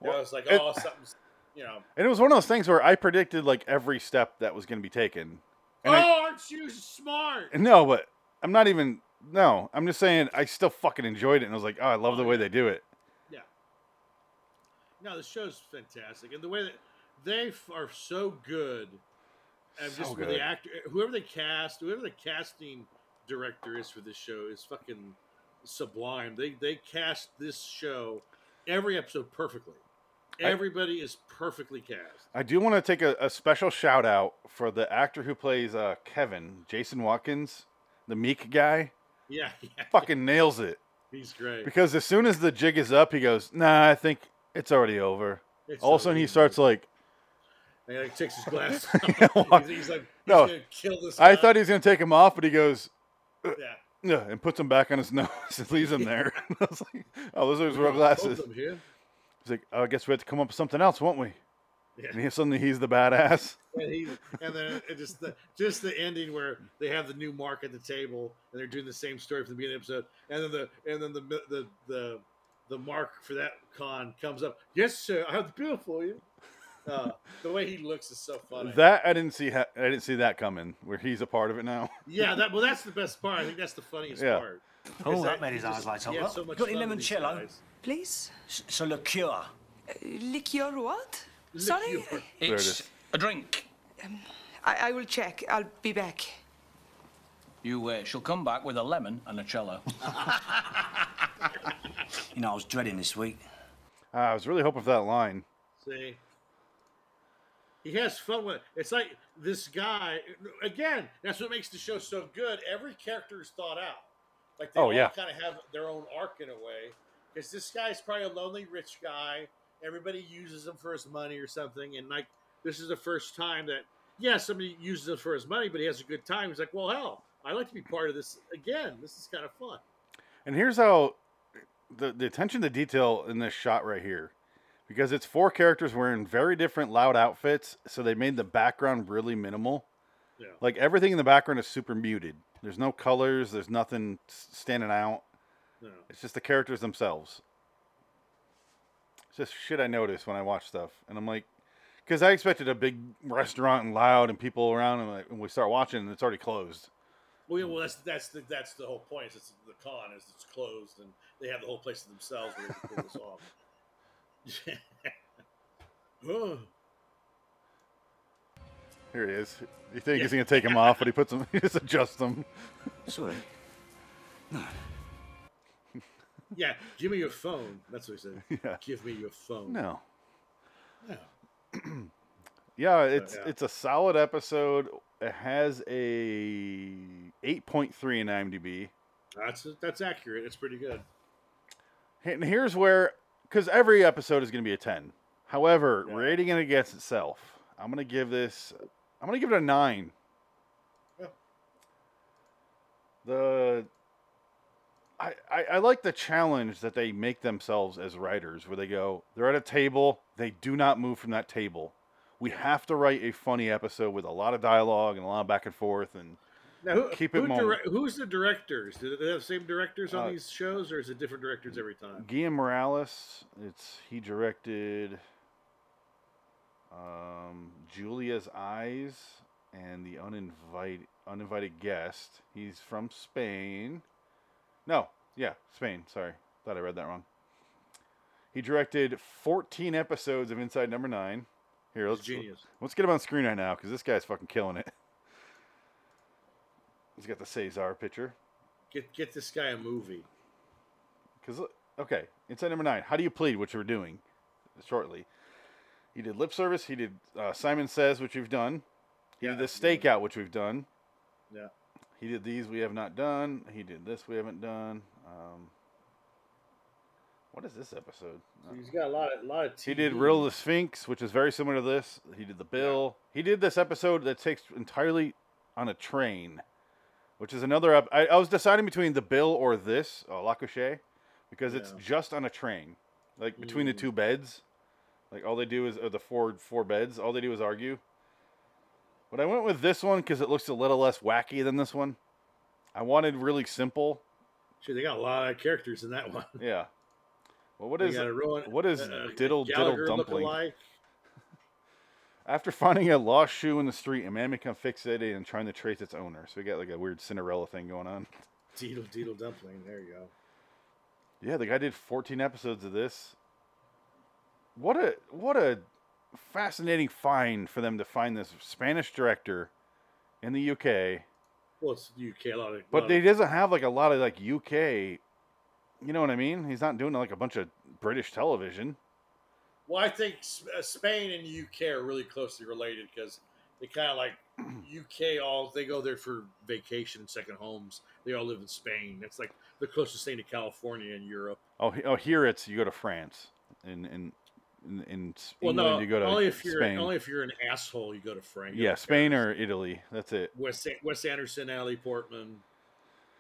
[SPEAKER 2] That
[SPEAKER 1] Well,
[SPEAKER 2] was like,
[SPEAKER 1] it-
[SPEAKER 2] oh, something's you know.
[SPEAKER 1] And it was one of those things where I predicted like every step that was going to be taken. And
[SPEAKER 2] oh,
[SPEAKER 1] I,
[SPEAKER 2] aren't you smart?
[SPEAKER 1] no, but I'm not even. No, I'm just saying I still fucking enjoyed it, and I was like, oh, I love the way they do it.
[SPEAKER 2] No, the show's fantastic, and the way that they f- are so good, and
[SPEAKER 1] So
[SPEAKER 2] just with
[SPEAKER 1] good.
[SPEAKER 2] the actor, whoever they cast, whoever the casting director is for this show is fucking sublime. They they cast this show every episode perfectly.
[SPEAKER 1] I-
[SPEAKER 2] Everybody is perfectly cast.
[SPEAKER 1] I do want to take a, a special shout out for the actor who plays uh, Kevin, Jason Watkins, the meek guy.
[SPEAKER 2] Yeah, yeah
[SPEAKER 1] Fucking nails it.
[SPEAKER 2] he's great.
[SPEAKER 1] Because as soon as the jig is up, he goes, nah, I think it's already over.
[SPEAKER 2] It's
[SPEAKER 1] All of a sudden, he
[SPEAKER 2] unbelievable.
[SPEAKER 1] starts like,
[SPEAKER 2] And he like, takes his glasses.
[SPEAKER 1] Yeah,
[SPEAKER 2] off.
[SPEAKER 1] what?
[SPEAKER 2] he's, he's like, he's
[SPEAKER 1] No.
[SPEAKER 2] gonna kill this.
[SPEAKER 1] I
[SPEAKER 2] guy.
[SPEAKER 1] thought he was going to take him off, but he goes,
[SPEAKER 2] Yeah.
[SPEAKER 1] "Ugh," and puts him back on his nose and leaves him there. I was like, oh, those are his real glasses.
[SPEAKER 2] Hold them here.
[SPEAKER 1] He's like, oh, I guess we have to come up with something else, won't we?
[SPEAKER 2] Yeah.
[SPEAKER 1] And he, suddenly he's the badass.
[SPEAKER 2] and, he, and then it just the, just the ending where they have the new mark at the table and they're doing the same story from the beginning of the episode and then the and then the mi- the the, the mark for that con comes up yes sir i have the bill for you uh, the way he looks is so funny
[SPEAKER 1] That I didn't see. Ha- I didn't see that coming. Where he's a part of it now.
[SPEAKER 2] yeah that well that's the best part i think that's the funniest
[SPEAKER 1] Yeah.
[SPEAKER 2] part
[SPEAKER 4] Oh,
[SPEAKER 2] Is
[SPEAKER 4] that made
[SPEAKER 2] he
[SPEAKER 4] his eyes
[SPEAKER 2] just-
[SPEAKER 4] light up.
[SPEAKER 2] he has
[SPEAKER 4] Look,
[SPEAKER 2] so much
[SPEAKER 4] got any
[SPEAKER 2] fun with
[SPEAKER 4] limoncello?
[SPEAKER 2] these guys.
[SPEAKER 7] Please?
[SPEAKER 4] So look, cure.
[SPEAKER 7] Uh, Liqueur what? Sorry?
[SPEAKER 2] Liqueur.
[SPEAKER 1] it
[SPEAKER 6] It's
[SPEAKER 1] is.
[SPEAKER 6] a drink.
[SPEAKER 7] I, I will check. I'll be back.
[SPEAKER 6] You uh, shall come back with a lemon and a cello.
[SPEAKER 4] You know, I was dreading this week.
[SPEAKER 1] Ah, I was really hoping for that line.
[SPEAKER 2] See, he has fun with it. It's like this guy again. That's what makes the show so good. Every character is thought out. Like they
[SPEAKER 1] Oh,
[SPEAKER 2] all
[SPEAKER 1] yeah.
[SPEAKER 2] kind of have their own arc in a way. Because this guy's probably a lonely rich guy. Everybody uses him for his money or something. And like this is the first time that yeah, somebody uses him for his money, but he has a good time. He's like, well, hell, I'd like to be part of this again. This is kind of fun.
[SPEAKER 1] And here's how the, the attention to detail in this shot right here, because it's four characters wearing very different loud outfits, so they made the background really minimal.
[SPEAKER 2] Yeah.
[SPEAKER 1] Like everything in the background is super muted. There's no colors. There's nothing s- standing out.
[SPEAKER 2] You know.
[SPEAKER 1] It's just the characters themselves. It's just shit I notice when I watch stuff, and I'm like, because I expected a big restaurant and loud and people around, and like, when we start watching, and it's already closed.
[SPEAKER 2] Well,
[SPEAKER 1] Mm.
[SPEAKER 2] yeah, well, that's that's the that's the whole point. Is it's the con is it's closed and they have the whole place to themselves. Where they can pull this off. oh,
[SPEAKER 1] Here he is. You think he's gonna take him off, but he puts him, he just adjusts him.
[SPEAKER 8] Sorry.
[SPEAKER 2] yeah, give me your phone. That's what he said.
[SPEAKER 1] Yeah.
[SPEAKER 2] Give me your phone.
[SPEAKER 1] No.
[SPEAKER 2] Yeah.
[SPEAKER 1] Yeah, it's
[SPEAKER 2] yeah.
[SPEAKER 1] it's a solid episode. It has a 8.3 in IMDb.
[SPEAKER 2] that's that's accurate. It's pretty good.
[SPEAKER 1] And here's where, because every episode is going to be a 10. However,
[SPEAKER 2] Yeah.
[SPEAKER 1] rating it against itself, I'm going to give this, I'm going to give it a 9.
[SPEAKER 2] Yeah.
[SPEAKER 1] The, I, I, I like the challenge that they make themselves as writers, where they go, they're at a table, they do not move from that table. We have to write a funny episode with a lot of dialogue and a lot of back and forth. And
[SPEAKER 2] Now, who,
[SPEAKER 1] Keep it
[SPEAKER 2] who
[SPEAKER 1] moment.
[SPEAKER 2] direct- who's the directors? Do they have the same directors on
[SPEAKER 1] Uh,
[SPEAKER 2] these shows, or is it different directors every time?
[SPEAKER 1] Guillermo Morales, it's he directed um, Julia's Eyes and the uninvited uninvited guest. He's from Spain. No, yeah, Spain. Sorry, thought I read that wrong. He directed 14 episodes of Inside Number Nine. Here, let's
[SPEAKER 2] genius.
[SPEAKER 1] let's get him on screen right now because this guy's fucking killing it. He's got the Cesar picture.
[SPEAKER 2] Get get this guy a movie.
[SPEAKER 1] Because, uh, okay, inside number nine, how do you plead, which we're doing shortly? He did lip service. He did uh, Simon Says, which we've done. He did the stakeout, which we've done.
[SPEAKER 2] Yeah.
[SPEAKER 1] He did these we have not done. He did this we haven't done. Um, what is this episode? Uh,
[SPEAKER 2] He's got a lot of lot of. TV.
[SPEAKER 1] He did Riddle the Sphinx, which is very similar to this. He did the Bill. He did this episode that takes entirely on a train, which is another. Up. I, I was deciding between the Bill or this uh, La Couche, because it's
[SPEAKER 2] Yeah. Mm.
[SPEAKER 1] just on a train, like between the two beds. Like all they do is or the four four beds. All they do is argue. But I went with this one because it looks a little less wacky than this one. I wanted really simple.
[SPEAKER 2] Shit, they got a lot of characters in that one.
[SPEAKER 1] Yeah. Well, what
[SPEAKER 2] They
[SPEAKER 1] is
[SPEAKER 2] got a Rowan,
[SPEAKER 1] what is
[SPEAKER 2] uh,
[SPEAKER 1] diddle diddle
[SPEAKER 2] Gallagher
[SPEAKER 1] dumpling?
[SPEAKER 2] look-alike.
[SPEAKER 1] After finding a lost shoe in the street, a man becomes fixated and trying to trace its owner. So we got like a weird Cinderella thing going on.
[SPEAKER 2] Deedle Deedle Dumpling. There you go.
[SPEAKER 1] Yeah, the guy did 14 episodes of this. What a what a fascinating find for them to find this Spanish director in the UK,
[SPEAKER 2] Well, it's UK. A lot of. lot
[SPEAKER 1] but
[SPEAKER 2] of-
[SPEAKER 1] he doesn't have like a lot of like UK. You know what I mean? He's not doing like a bunch of British television.
[SPEAKER 2] Well, I think S- uh, Spain and UK are really closely related because they kind of like UK all they go there for vacation and second homes. They all live in Spain. That's like the closest thing to California in Europe.
[SPEAKER 1] Oh, he- oh here it's you go to France and and in, in S-
[SPEAKER 2] Well,
[SPEAKER 1] England
[SPEAKER 2] no,
[SPEAKER 1] you go to
[SPEAKER 2] only if you're
[SPEAKER 1] Spain.
[SPEAKER 2] only if you're an asshole, you go to France.
[SPEAKER 1] yeah, Spain or Italy. That's it.
[SPEAKER 2] Wes, Wes Anderson, Ali Portman,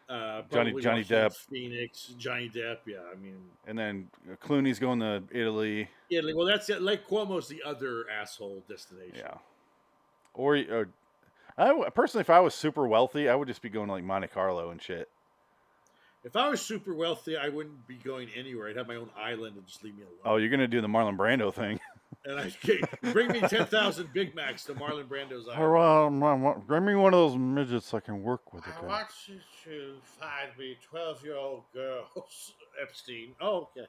[SPEAKER 2] uh,
[SPEAKER 1] Johnny-
[SPEAKER 2] probably
[SPEAKER 1] Johnny
[SPEAKER 2] Joaquin
[SPEAKER 1] Depp.
[SPEAKER 2] Phoenix, Johnny Depp. Yeah, I mean
[SPEAKER 1] And then uh, Clooney's going to Italy.
[SPEAKER 2] Italy. Well, that's it. Lake Cuomo's the other asshole destination.
[SPEAKER 1] Yeah. Or, or I w- personally, if I was super wealthy, I would just be going to like Monte Carlo and shit.
[SPEAKER 2] If I was super wealthy, I wouldn't be going anywhere. I'd have my own island and just leave me alone.
[SPEAKER 1] Oh, you're gonna do the Marlon Brando thing?
[SPEAKER 2] And I bring me ten thousand Big Macs to Marlon Brando's
[SPEAKER 1] All
[SPEAKER 2] island.
[SPEAKER 1] right, um, um, bring me one of those midgets I can work with.
[SPEAKER 2] I
[SPEAKER 1] Okay.
[SPEAKER 2] want you to find me twelve-year-old girls. Epstein. Oh, okay.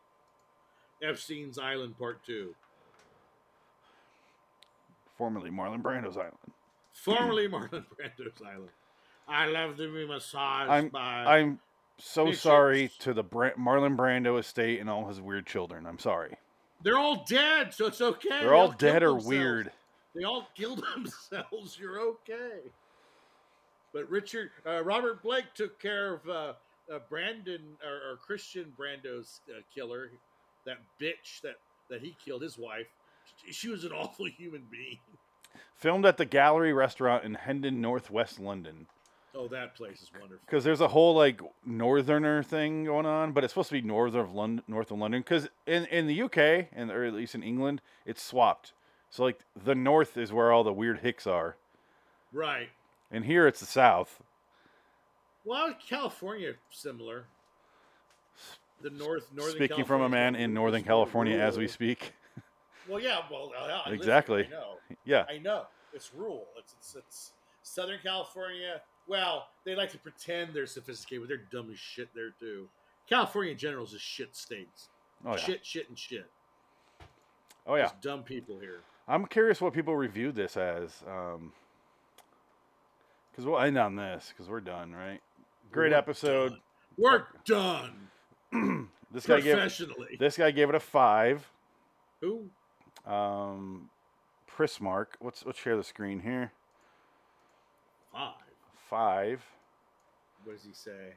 [SPEAKER 2] Epstein's Island Part Two,
[SPEAKER 1] Formerly Marlon Brando's island.
[SPEAKER 2] formerly Marlon Brando's Island. I love to be massaged
[SPEAKER 1] I'm-
[SPEAKER 2] by.
[SPEAKER 1] I'm so
[SPEAKER 2] Midgets.
[SPEAKER 1] sorry to the Bra- Marlon Brando estate and all his weird children. I'm sorry.
[SPEAKER 2] They're all dead, so it's okay. They
[SPEAKER 1] They're all
[SPEAKER 2] killed
[SPEAKER 1] dead or
[SPEAKER 2] themselves.
[SPEAKER 1] weird.
[SPEAKER 2] They all killed themselves. You're okay. But Richard, uh, Robert Blake took care of uh, uh, Brandon or, or Christian Brando's uh, killer, that bitch that that he killed his wife. She- She was an awful human being.
[SPEAKER 1] Filmed at the Gallery Restaurant in Hendon, Northwest London.
[SPEAKER 2] Oh, that place is wonderful.
[SPEAKER 1] because there's a whole like northerner thing going on, but it's supposed to be north of London, north of London. Because in in the UK and or at least in England, it's swapped. So like the north is where all the weird hicks are,
[SPEAKER 2] Right.
[SPEAKER 1] and here it's the south.
[SPEAKER 2] Well, California similar. The north, northern.
[SPEAKER 1] Speaking from a
[SPEAKER 2] California's
[SPEAKER 1] man
[SPEAKER 2] got
[SPEAKER 1] in
[SPEAKER 2] the
[SPEAKER 1] Northern
[SPEAKER 2] worst
[SPEAKER 1] California as we
[SPEAKER 2] rural-
[SPEAKER 1] speak.
[SPEAKER 2] Well, yeah. Well, uh, yeah, listen,
[SPEAKER 1] Exactly.
[SPEAKER 2] I know.
[SPEAKER 1] Yeah,
[SPEAKER 2] I know it's rural. It's, it's it's Southern California. Well, they like to pretend they're sophisticated, but they're dumb as shit there too. California in general is a shit state.
[SPEAKER 1] oh yeah,
[SPEAKER 2] Shit, shit, and shit.
[SPEAKER 1] oh yeah.
[SPEAKER 2] There's dumb people here.
[SPEAKER 1] I'm curious what people reviewed this as. Um, because we'll end on this because we're done, right? Great
[SPEAKER 2] We're
[SPEAKER 1] episode.
[SPEAKER 2] done. We're done
[SPEAKER 1] This guy gave
[SPEAKER 2] professionally.
[SPEAKER 1] this guy gave it a five.
[SPEAKER 2] Who?
[SPEAKER 1] Um, Prismark. Let's let's share the screen here.
[SPEAKER 2] Five.
[SPEAKER 1] Five.
[SPEAKER 2] What does he say?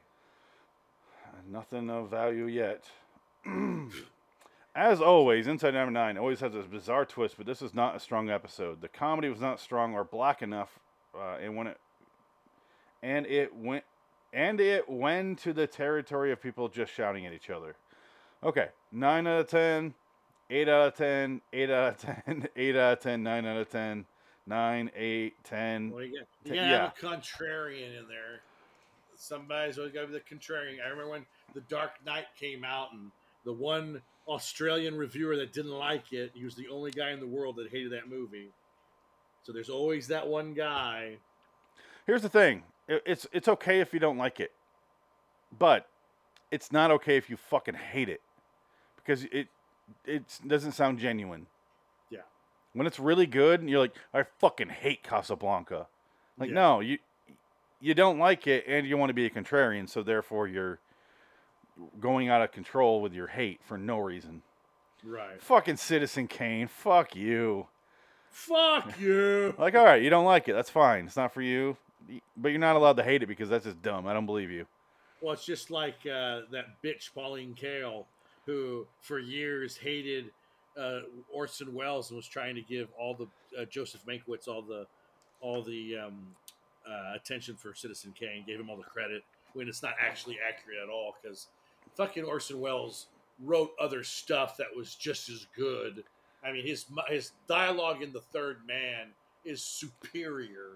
[SPEAKER 1] Nothing of value yet. As always, Inside Number Nine always has this bizarre twist, but this is not a strong episode. The comedy was not strong or black enough, uh, and when it and it went and it went to the territory of people just shouting at each other. Okay, nine out of ten, eight out of ten, eight out of ten, eight out of ten, nine out of ten, nine, eight, ten.
[SPEAKER 2] Well, you got
[SPEAKER 1] Ta-
[SPEAKER 2] you gotta have a contrarian in there. Somebody's always gotta be the contrarian. I remember when The Dark Knight came out, and the one Australian reviewer that didn't like it, he was the only guy in the world that hated that movie. So there's always that one guy.
[SPEAKER 1] Here's the thing. I- It's it's okay if you don't like it. But it's not okay if you fucking hate it. Because it it doesn't sound genuine.
[SPEAKER 2] Yeah.
[SPEAKER 1] When it's really good and you're like, I fucking hate Casablanca. Like
[SPEAKER 2] Yeah.
[SPEAKER 1] no, you you don't like it and you want to be a contrarian, so therefore you're going out of control with your hate for no reason.
[SPEAKER 2] Right.
[SPEAKER 1] Fucking Citizen Kane, fuck you.
[SPEAKER 2] Fuck you.
[SPEAKER 1] Like, all right, you don't like it. That's fine. It's not for you. But you're not allowed to hate it because that's just dumb. I don't believe you.
[SPEAKER 2] Well, it's just like uh, that bitch Pauline Kael, who for years hated uh, Orson Welles and was trying to give all the uh, Joseph Mankiewicz all the all the um, uh, attention for Citizen Kane, gave him all the credit when it's not actually accurate at all because fucking Orson Welles wrote other stuff that was just as good. I mean, his mo- his dialogue in The Third Man is superior,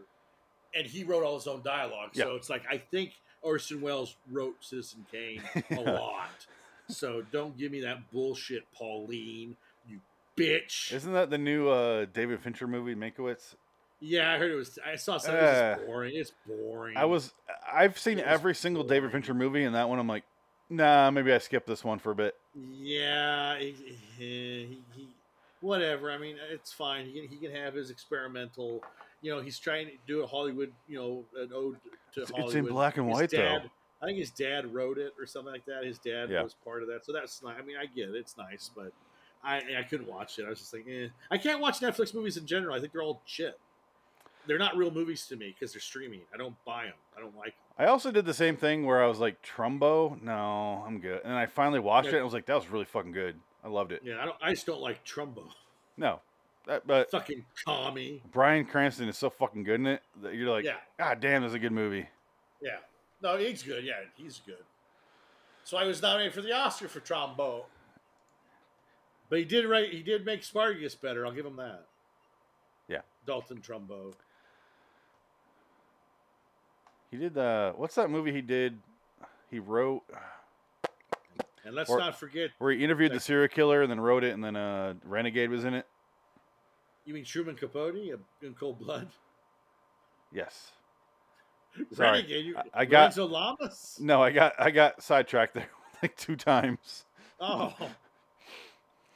[SPEAKER 2] and he wrote all his own dialogue. So it's like I think Orson Welles wrote Citizen Kane a lot. So don't give me that bullshit, Pauline. You bitch.
[SPEAKER 1] Isn't that the new uh, David Fincher movie, Mankiewicz?
[SPEAKER 2] Yeah, I heard it was. I saw something.
[SPEAKER 1] Yeah.
[SPEAKER 2] It's just boring. It's boring.
[SPEAKER 1] Uh, I was I've seen
[SPEAKER 2] Mm. It was
[SPEAKER 1] every single David Fincher movie, and that one I'm like, nah, maybe I skip this one for a bit.
[SPEAKER 2] Yeah, he, he, he, whatever. I mean, it's fine. He can, he can have his experimental. You know, he's trying to do a Hollywood. You know, an ode to
[SPEAKER 1] It's- it's in
[SPEAKER 2] Hollywood.
[SPEAKER 1] black and
[SPEAKER 2] His
[SPEAKER 1] white, though.
[SPEAKER 2] dad- I think his dad wrote it or something like that. His dad
[SPEAKER 1] Yeah.
[SPEAKER 2] was part of that, so that's. Not, I mean, I get it. It's nice, but I I couldn't watch it. I was just like, eh. I can't watch Netflix movies in general. I think they're all shit. They're not real movies to me because they're streaming. I don't buy them. I don't like 'em.
[SPEAKER 1] I also did the same thing where I was like, Trumbo? No, I'm good. And then I finally watched it,
[SPEAKER 2] Yeah.
[SPEAKER 1] and I was like, that was really fucking good. I loved it.
[SPEAKER 2] Yeah, I don't. I just don't like Trumbo.
[SPEAKER 1] No, that, but
[SPEAKER 2] Fucking commie.
[SPEAKER 1] Brian Cranston is so fucking good in it that you're like,
[SPEAKER 2] Yeah.
[SPEAKER 1] God damn, this is a good movie.
[SPEAKER 2] Yeah. No, he's good. Yeah, he's good. So I was nominated for the Oscar for Trombo. But he did write. He did make Spartacus better. I'll give him that.
[SPEAKER 1] Yeah.
[SPEAKER 2] Dalton Trumbo.
[SPEAKER 1] He did uh, what's that movie he did? He wrote
[SPEAKER 2] And let's
[SPEAKER 1] Or-
[SPEAKER 2] not forget.
[SPEAKER 1] where he interviewed the
[SPEAKER 2] Like-
[SPEAKER 1] serial killer and then wrote it, and then uh, Renegade was in it.
[SPEAKER 2] You mean Truman Capote in Cold Blood?
[SPEAKER 1] Yes. Sorry.
[SPEAKER 2] Renegade. You,
[SPEAKER 1] I- I got-
[SPEAKER 2] Lorenzo Lamas.
[SPEAKER 1] No, I got I got sidetracked there like two times.
[SPEAKER 2] Oh,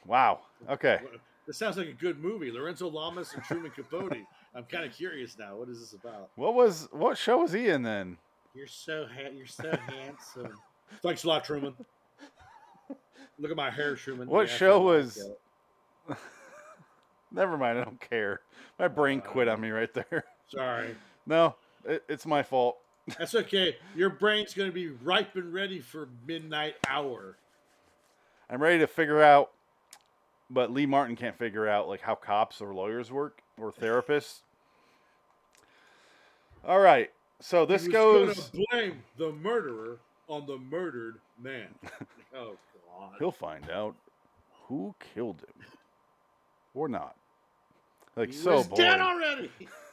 [SPEAKER 1] Wow. Okay.
[SPEAKER 2] this sounds like a good movie. Lorenzo Lamas and Truman Capote. I'm kind of curious now. What is this about?
[SPEAKER 1] What was what show was he in then?
[SPEAKER 2] You're so ha- you're so handsome. Thanks a lot, Truman. Look at my hair, Truman.
[SPEAKER 1] What
[SPEAKER 2] Yeah, I
[SPEAKER 1] show
[SPEAKER 2] kinda like
[SPEAKER 1] was-
[SPEAKER 2] that.
[SPEAKER 1] Never mind. I don't care. My brain
[SPEAKER 2] Uh,
[SPEAKER 1] quit on me right there.
[SPEAKER 2] Sorry,
[SPEAKER 1] No, it, it's my fault.
[SPEAKER 2] that's okay. Your brain's gonna be ripe and ready for midnight hour.
[SPEAKER 1] I'm ready to figure out, but Lee Martin can't figure out like how cops or lawyers work or therapists. All right. So this
[SPEAKER 2] Who's
[SPEAKER 1] goes.
[SPEAKER 2] gonna blame the murderer on the murdered man? oh God!
[SPEAKER 1] He'll find out who killed him or not. Like
[SPEAKER 2] He
[SPEAKER 1] so
[SPEAKER 2] was
[SPEAKER 1] boring.
[SPEAKER 2] dead already. Idiot!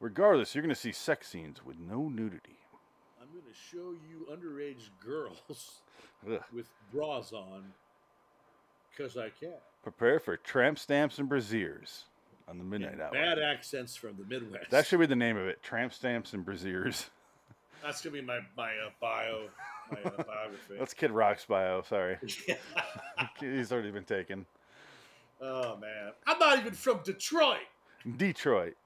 [SPEAKER 1] Regardless, you're gonna see sex scenes with no nudity.
[SPEAKER 2] I'm gonna show you underage girls
[SPEAKER 1] Ugh.
[SPEAKER 2] with bras on, cause I can.
[SPEAKER 1] Prepare for tramp stamps and braziers on the midnight hour.
[SPEAKER 2] Bad accents from the Midwest.
[SPEAKER 1] That should be the name of it. Tramp stamps and braziers.
[SPEAKER 2] That's gonna be my my uh, bio, my uh, biography.
[SPEAKER 1] That's Kid Rock's bio. Sorry, he's already been taken.
[SPEAKER 2] oh man, I'm not even from Detroit,
[SPEAKER 1] Detroit.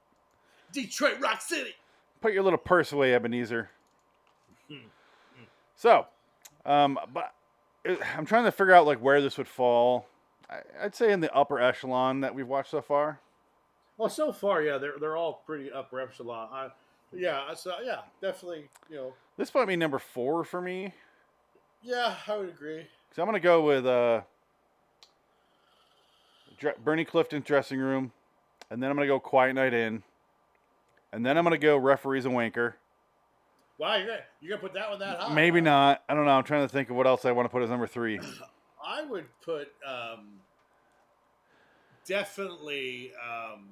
[SPEAKER 2] Detroit Rock City.
[SPEAKER 1] Put your little purse away, Ebenezer. So, um, but it- I'm trying to figure out like where this would fall. I, I'd say in the upper echelon that we've watched so far.
[SPEAKER 2] Well, so far, yeah, they're they're all pretty upper epsilon. I, yeah, so yeah, definitely, you know,
[SPEAKER 1] This might be number four for me.
[SPEAKER 2] yeah, I would agree.
[SPEAKER 1] So I'm gonna go with uh, Dre- Bernie Clifton's dressing room, and then I'm gonna go Quiet Night In, and then I'm gonna go referees and wanker.
[SPEAKER 2] Wow, you're gonna you're gonna put that one that high?
[SPEAKER 1] Maybe not. I don't know. I'm trying to think of what else I want to put as number three.
[SPEAKER 2] I would put um, definitely. Um,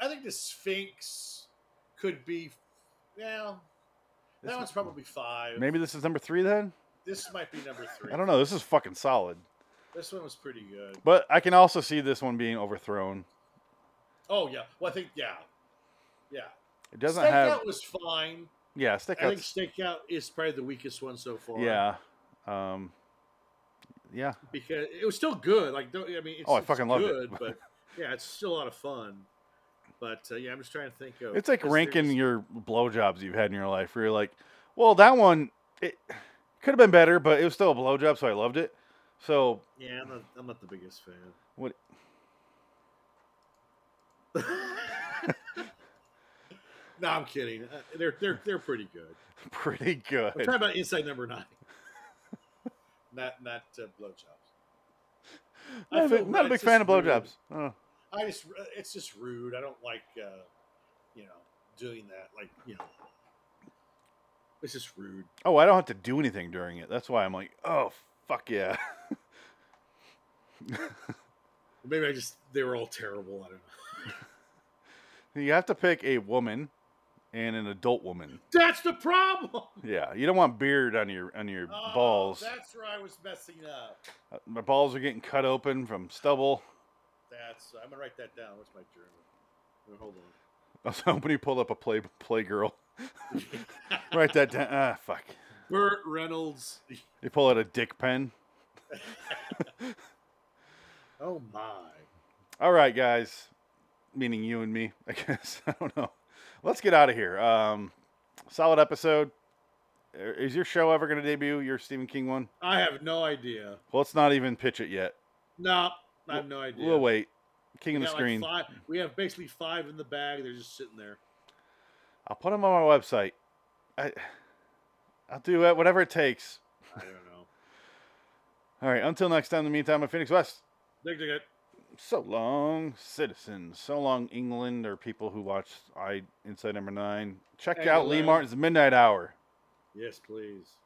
[SPEAKER 2] I think the Sphinx could be, well,
[SPEAKER 1] This
[SPEAKER 2] that one's probably five.
[SPEAKER 1] Maybe this is number three then.
[SPEAKER 2] This might be number three.
[SPEAKER 1] I don't know. This is fucking solid.
[SPEAKER 2] This one was pretty good.
[SPEAKER 1] But I can also see this one being overthrown.
[SPEAKER 2] Oh yeah. Well, I think yeah, yeah.
[SPEAKER 1] It doesn't
[SPEAKER 2] Stakeout
[SPEAKER 1] have.
[SPEAKER 2] was fine.
[SPEAKER 1] Yeah, stick
[SPEAKER 2] I
[SPEAKER 1] out.
[SPEAKER 2] think Stakeout is probably the weakest one so far.
[SPEAKER 1] Yeah. Um, yeah.
[SPEAKER 2] because it was still good. Like, don't, I mean, it's,
[SPEAKER 1] Oh, I
[SPEAKER 2] it's
[SPEAKER 1] fucking loved it.
[SPEAKER 2] good, but yeah, it's still a lot of fun. But uh, yeah, I'm just trying to think of.
[SPEAKER 1] It's like
[SPEAKER 2] because
[SPEAKER 1] ranking
[SPEAKER 2] there's-
[SPEAKER 1] your blowjobs you've had in your life where you're like, well, that one, it could have been better, but it was still a blowjob, so I loved it. So,
[SPEAKER 2] Yeah, I'm not, I'm not the biggest fan.
[SPEAKER 1] what?
[SPEAKER 2] No, I'm kidding. Uh, they're they're they're pretty good.
[SPEAKER 1] Pretty good.
[SPEAKER 2] I'm talking about Inside Number Nine, not not uh, blowjobs. I
[SPEAKER 1] Not a
[SPEAKER 2] feel
[SPEAKER 1] big,
[SPEAKER 2] bad.
[SPEAKER 1] not a big
[SPEAKER 2] It's
[SPEAKER 1] fan of
[SPEAKER 2] just rude.
[SPEAKER 1] blowjobs. Oh.
[SPEAKER 2] I just uh, it's just rude. I don't like uh, you know doing that. Like you know, it's just rude.
[SPEAKER 1] oh, I don't have to do anything during it. That's why I'm like, oh, fuck yeah.
[SPEAKER 2] Maybe I just they were all terrible. I don't know.
[SPEAKER 1] You have to pick a woman and an adult woman.
[SPEAKER 2] That's the problem.
[SPEAKER 1] Yeah, you don't want beard on your on your
[SPEAKER 2] Oh,
[SPEAKER 1] balls.
[SPEAKER 2] That's where I was messing up.
[SPEAKER 1] Uh, My balls are getting cut open from stubble.
[SPEAKER 2] That's. I'm gonna write that down. Where's my journal? Hold on.
[SPEAKER 1] I was hoping you pulled up a play playgirl. Write that down. Ah, fuck.
[SPEAKER 2] Burt Reynolds.
[SPEAKER 1] You pull out a dick pen.
[SPEAKER 2] Oh my.
[SPEAKER 1] All right, guys. Meaning you and me, I guess. I don't know. Let's get out of here. Um, solid episode. Er, Is your show ever going to debut? Your Stephen King one?
[SPEAKER 2] I have no idea.
[SPEAKER 1] Well, let's not even pitch it yet.
[SPEAKER 2] No, I have no idea.
[SPEAKER 1] We'll wait. King
[SPEAKER 2] We
[SPEAKER 1] of the
[SPEAKER 2] got like
[SPEAKER 1] screen.
[SPEAKER 2] five- we have basically five in the bag. They're just sitting there.
[SPEAKER 1] I'll put them on my website. I, I'll do it, whatever it takes.
[SPEAKER 2] I don't know.
[SPEAKER 1] All right. Until next time. In the meantime, I'm Phoenix West.
[SPEAKER 2] Dig, dig it.
[SPEAKER 1] So long, citizens. So long, England, or people who watch I Inside Number Nine. Check out Lee
[SPEAKER 2] England.
[SPEAKER 1] Martin's Midnight Hour.
[SPEAKER 2] Yes, please.